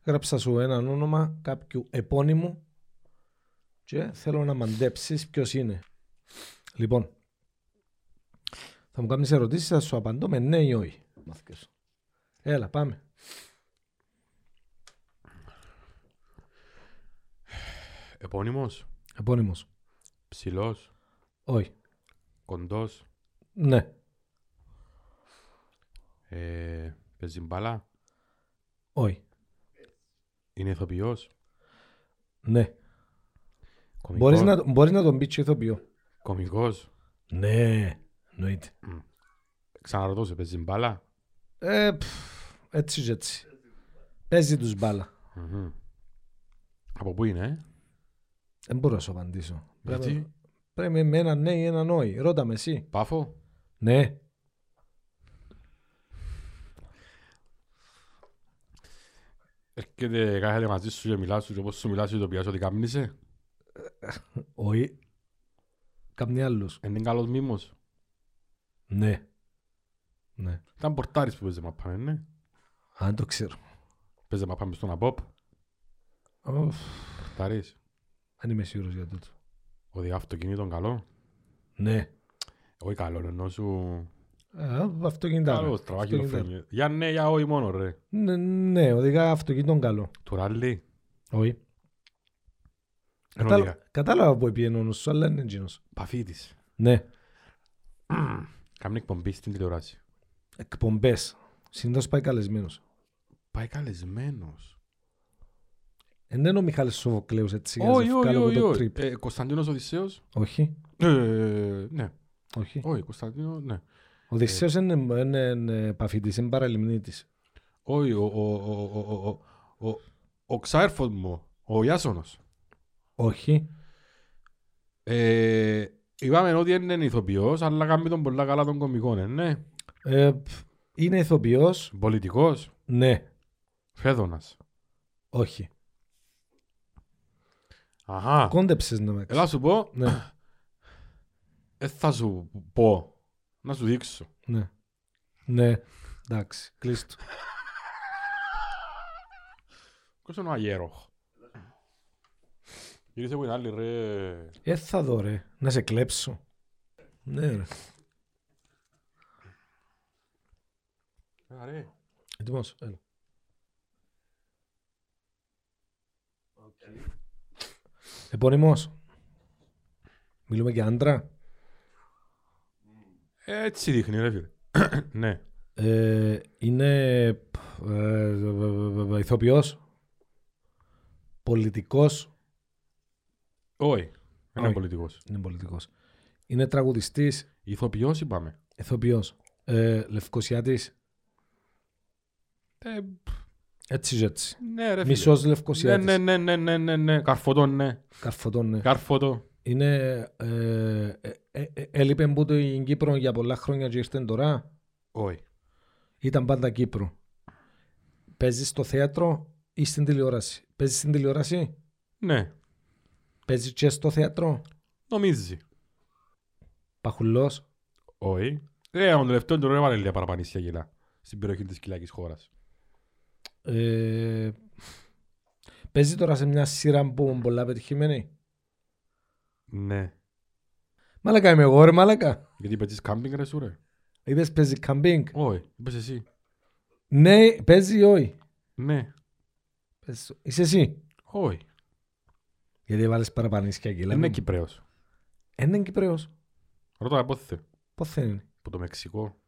Γράψα σου ένα όνομα κάποιου επώνυμου και θέλω να μαντέψεις ποιος είναι. Λοιπόν, θα μου κάνεις ερωτήσεις, θα σου απαντώ με ναι ή όχι. Μάθηκες. Έλα, πάμε. Επώνυμος, Επώνυμος. ψηλός, Όχι. κοντός, Ναι. ε, παίζεις μπάλα, Όχι. είναι ηθοποιός, Ναι. κομικός, Μπορείς να, μπορείς να τον πεις και ηθοποιό. κομικός. Ναι. Εννοείται. Ξαναρωτώ σε παίζεις μπάλα. Ε, πφ, έτσι και έτσι. Παίζει τους μπάλα. Μμμ. Από πού είναι, ε? Δεν μπορώ να σου απαντήσω. Πρέπει- γιατί, Πρέπει με ένα ναι ή ένα όχι. Ρώτα με εσύ. πάφο, Ναι. έρχεται κάθε άλλο μαζί σου και μιλάς σου και όπως σου μιλάς σου το πιάσεις ότι κάμνησε. Όχι. Καμιά άλλος. Είναι καλός μίμος. Ναι. Ναι. Ήταν πορτάρις που παίζει μαπά, ναι. Αν το ξέρω. Παίζει μαπά μες στον Απόπ, Οφ, πορτάρις. δεν είμαι σίγουρος για τούτο. Οδηγά αυτοκίνητον καλό. Ναι. Όχι καλό, ενώ σου... Α, αυτοκινητάρα. Καλός, τραβά Αυτοκινητάρα. χειροφρένεια. Για ναι, για όχι μόνο ρε. Ναι, ναι, οδηγά αυτοκινητών καλό. Του ράλι. Όχι. Εν Κατάλα- οδηγά. Κατάλαβα που έπιε ο σου, αλλά είναι εκείνος. Παφίτης. Ναι. Κάμνει εκπομπή στην τηλεοράση. Εκπομπές. Συνήθως πάει καλεσμένος. Πάει καλεσμένος. Ε, Δεν είναι ο Μιχάλης Σοβοκλέους έτσι. για να σε Όχι, όχι, βγάλω από όχι, το όχι. trip. Ε, Κωνσταντίνος Οδυσσέος. Όχι. Ε, Ναι, Όχι. όχι, Κωνσταντίνο, ναι. Ο Οδυσσέος είναι, είναι, είναι παφητής, είναι παραλυμνήτης. Όχι, ο- ο- ο- ο- ο- ο- ο- ο ξάρφος μου, ο Ιάσονος. Όχι. Ε, Είπαμε ότι είναι ηθοποιός, αλλά κάνει τον πολλά καλά των κομικών, ε, ναι. Ε, πφ, είναι ηθοποιός. Πολιτικός, Ναι. φέδωνας. Όχι. Αχα. Κόντεψες να με Έλα έξω. σου πω, Ναι. ε, θα σου πω, να σου δείξω. ναι. Ναι. Εντάξει. Κλείστο. Ποιος είναι ο Αγέροχ. Γύρισε που είναι άλλη ρε. Ε, θα δω ρε. Να σε κλέψω. Ναι ρε. Έλα, ρε. Ετοιμός. Έλα. Επώνυμος. Μιλούμε για άντρα. Έτσι δείχνει, ρε φίλε. ναι. Ε, είναι π, ε, ηθοποιός, πολιτικός, Όχι. Είναι Όχι. πολιτικός. είναι πολιτικός, είναι τραγουδιστής, Ηθοποιός είπαμε. ηθοποιός, ε, λευκοσιάτης, Ε, έτσι έτσι. ναι, ρε φίλε. Μισός Ναι, λευκοσιάτης, ναι, ναι, ναι, ναι, ναι, ναι. Καρφωτό, ναι. καρφωτών, ναι. Καρφωτό. Είναι, ε, ε, ε, ε, έλειπε που την Κύπρο για πολλά χρόνια και ήρθε τώρα. Όχι. Ήταν πάντα Κύπρο. Παίζεις στο θέατρο ή στην τηλεόραση. Παίζεις στην τηλεόραση. Ναι. Παίζεις και στο θέατρο. Νομίζει. Παχουλός. Όχι. Ε, ο τελευταίο τώρα έβαλε λίγα παραπανήσια γελά. Στην περιοχή της Κυλιακή χώρας. Ε, παίζει τώρα σε μια σειρά που είναι πολλά πετυχημένη. Ναι. Μαλακα είμαι εγώ ρε μαλακα. Γιατί παίζεις κάμπινγκ ρε σου ρε. Είδες παίζει καμπίνγκ. Όχι. Είπες εσύ. Ναι, παίζει ή όχι. Ναι. Παίζει. Είσαι εσύ. Όχι. Γιατί βάλες παραπανίσια και λέμε. Είναι Κυπρέος. Είναι Κυπρέος. Ρώτα από θε. Πώς θα είναι. Από το Μεξικό.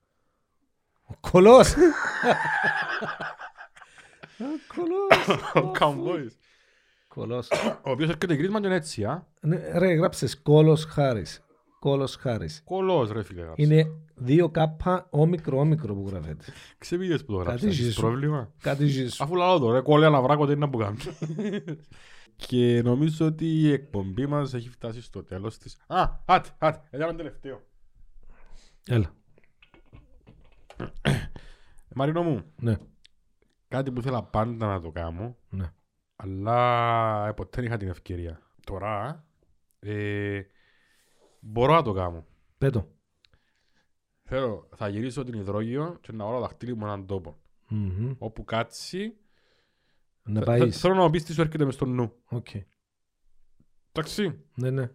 Ο κολός. Ο κολός. Ο Καμπόης. Κολός. Ο οποίος έρχεται κρίσμα και είναι έτσι, α. Ναι, Ρε, γράψες κόλος Χάρης. Κόλος Χάρης. Κολός ρε φίλε γράψε. Είναι δύο κάπα όμικρο όμικρο που γράφεται. Ξεπίδες που το γράψε. Κάτι Έχεις ζήσου. πρόβλημα. Κάτι ζήσου. Αφού λαλώ το ρε κόλλια να βράκω δεν είναι που κάνω. Και νομίζω ότι η εκπομπή μας έχει φτάσει στο τέλος της. Α, άτε, άτε. Έλα τελευταίο. Έλα. Ε, Μαρίνο μου, Ναι, κάτι που ήθελα πάντα να το κάνω ναι. Αλλά ε, ποτέ δεν είχα την ευκαιρία. Τώρα ε, μπορώ να το κάνω. Πέτω. Θέλω, θα γυρίσω την υδρόγειο και να βάλω το δαχτύλι μου έναν τόπο. Μμμ. Όπου κάτσει, Να θε- πάει. θέλω να μου πεις τι σου έρχεται μες στο νου. Οκ. Εντάξει. Ναι, ναι.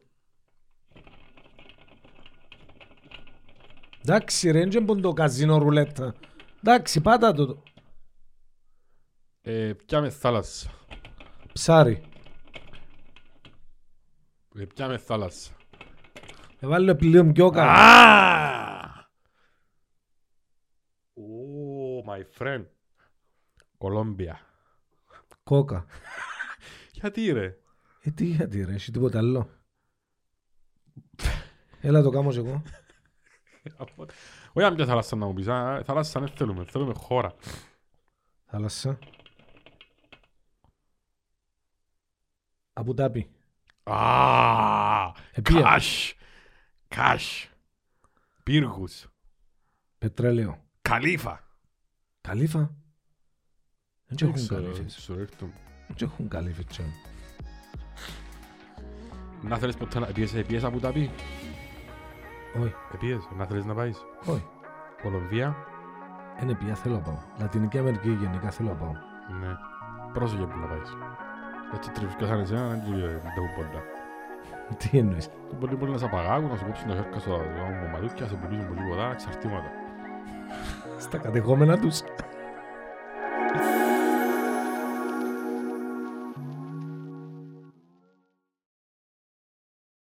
Εντάξει ρε, δεν μπορεί το καζίνο ρουλέτα. Εντάξει, πάτα το. Ε, πιάμε θάλασσα. Ψάρι. Ε, πιάμε θάλασσα. Έβαλε πλέον πιο καλά. Α! Oh, my friend. Κολόμπια. Κόκα. Γιατί ρε. Ε, τι γιατί ρε, εσύ τίποτα άλλο. Έλα το κάνω κι εγώ. Όχι αν πια θάλασσα να μου πεις. α, Θάλασσα δεν θέλουμε. Θέλουμε χώρα. Θάλασσα. Αμπουτάπι. Α, Επία. Κάσ. Κάσ. Πύργους. Πετρέλαιο. Καλύφα. Καλύφα. Δεν και έχουν καλύφες. Σου έρθουν. Δεν και έχουν καλύφες. τσέ. Να θέλεις ποτέ να ε, πιέσαι, πιέσαι από τα πει. Όχι, Πιέσαι, Ε, να θέλεις να πάεις. όχι. Κολομβία. Είναι πια θέλω να πάω. Λατινική Αμερική γενικά θέλω να πάω. Ναι. Πρόσεχε που να πάεις. Έτσι τριβισκάσαν εσένα, δεν του δεν τα κουμπώντα. Τι εννοείς. Το πολύ μπορεί να σε απαγάγουν, να σου κόψουν τα χέρια στο δρόμο μαδούκια, να σε πουλήσουν πολύ πολλά εξαρτήματα. Στα κατεχόμενα τους.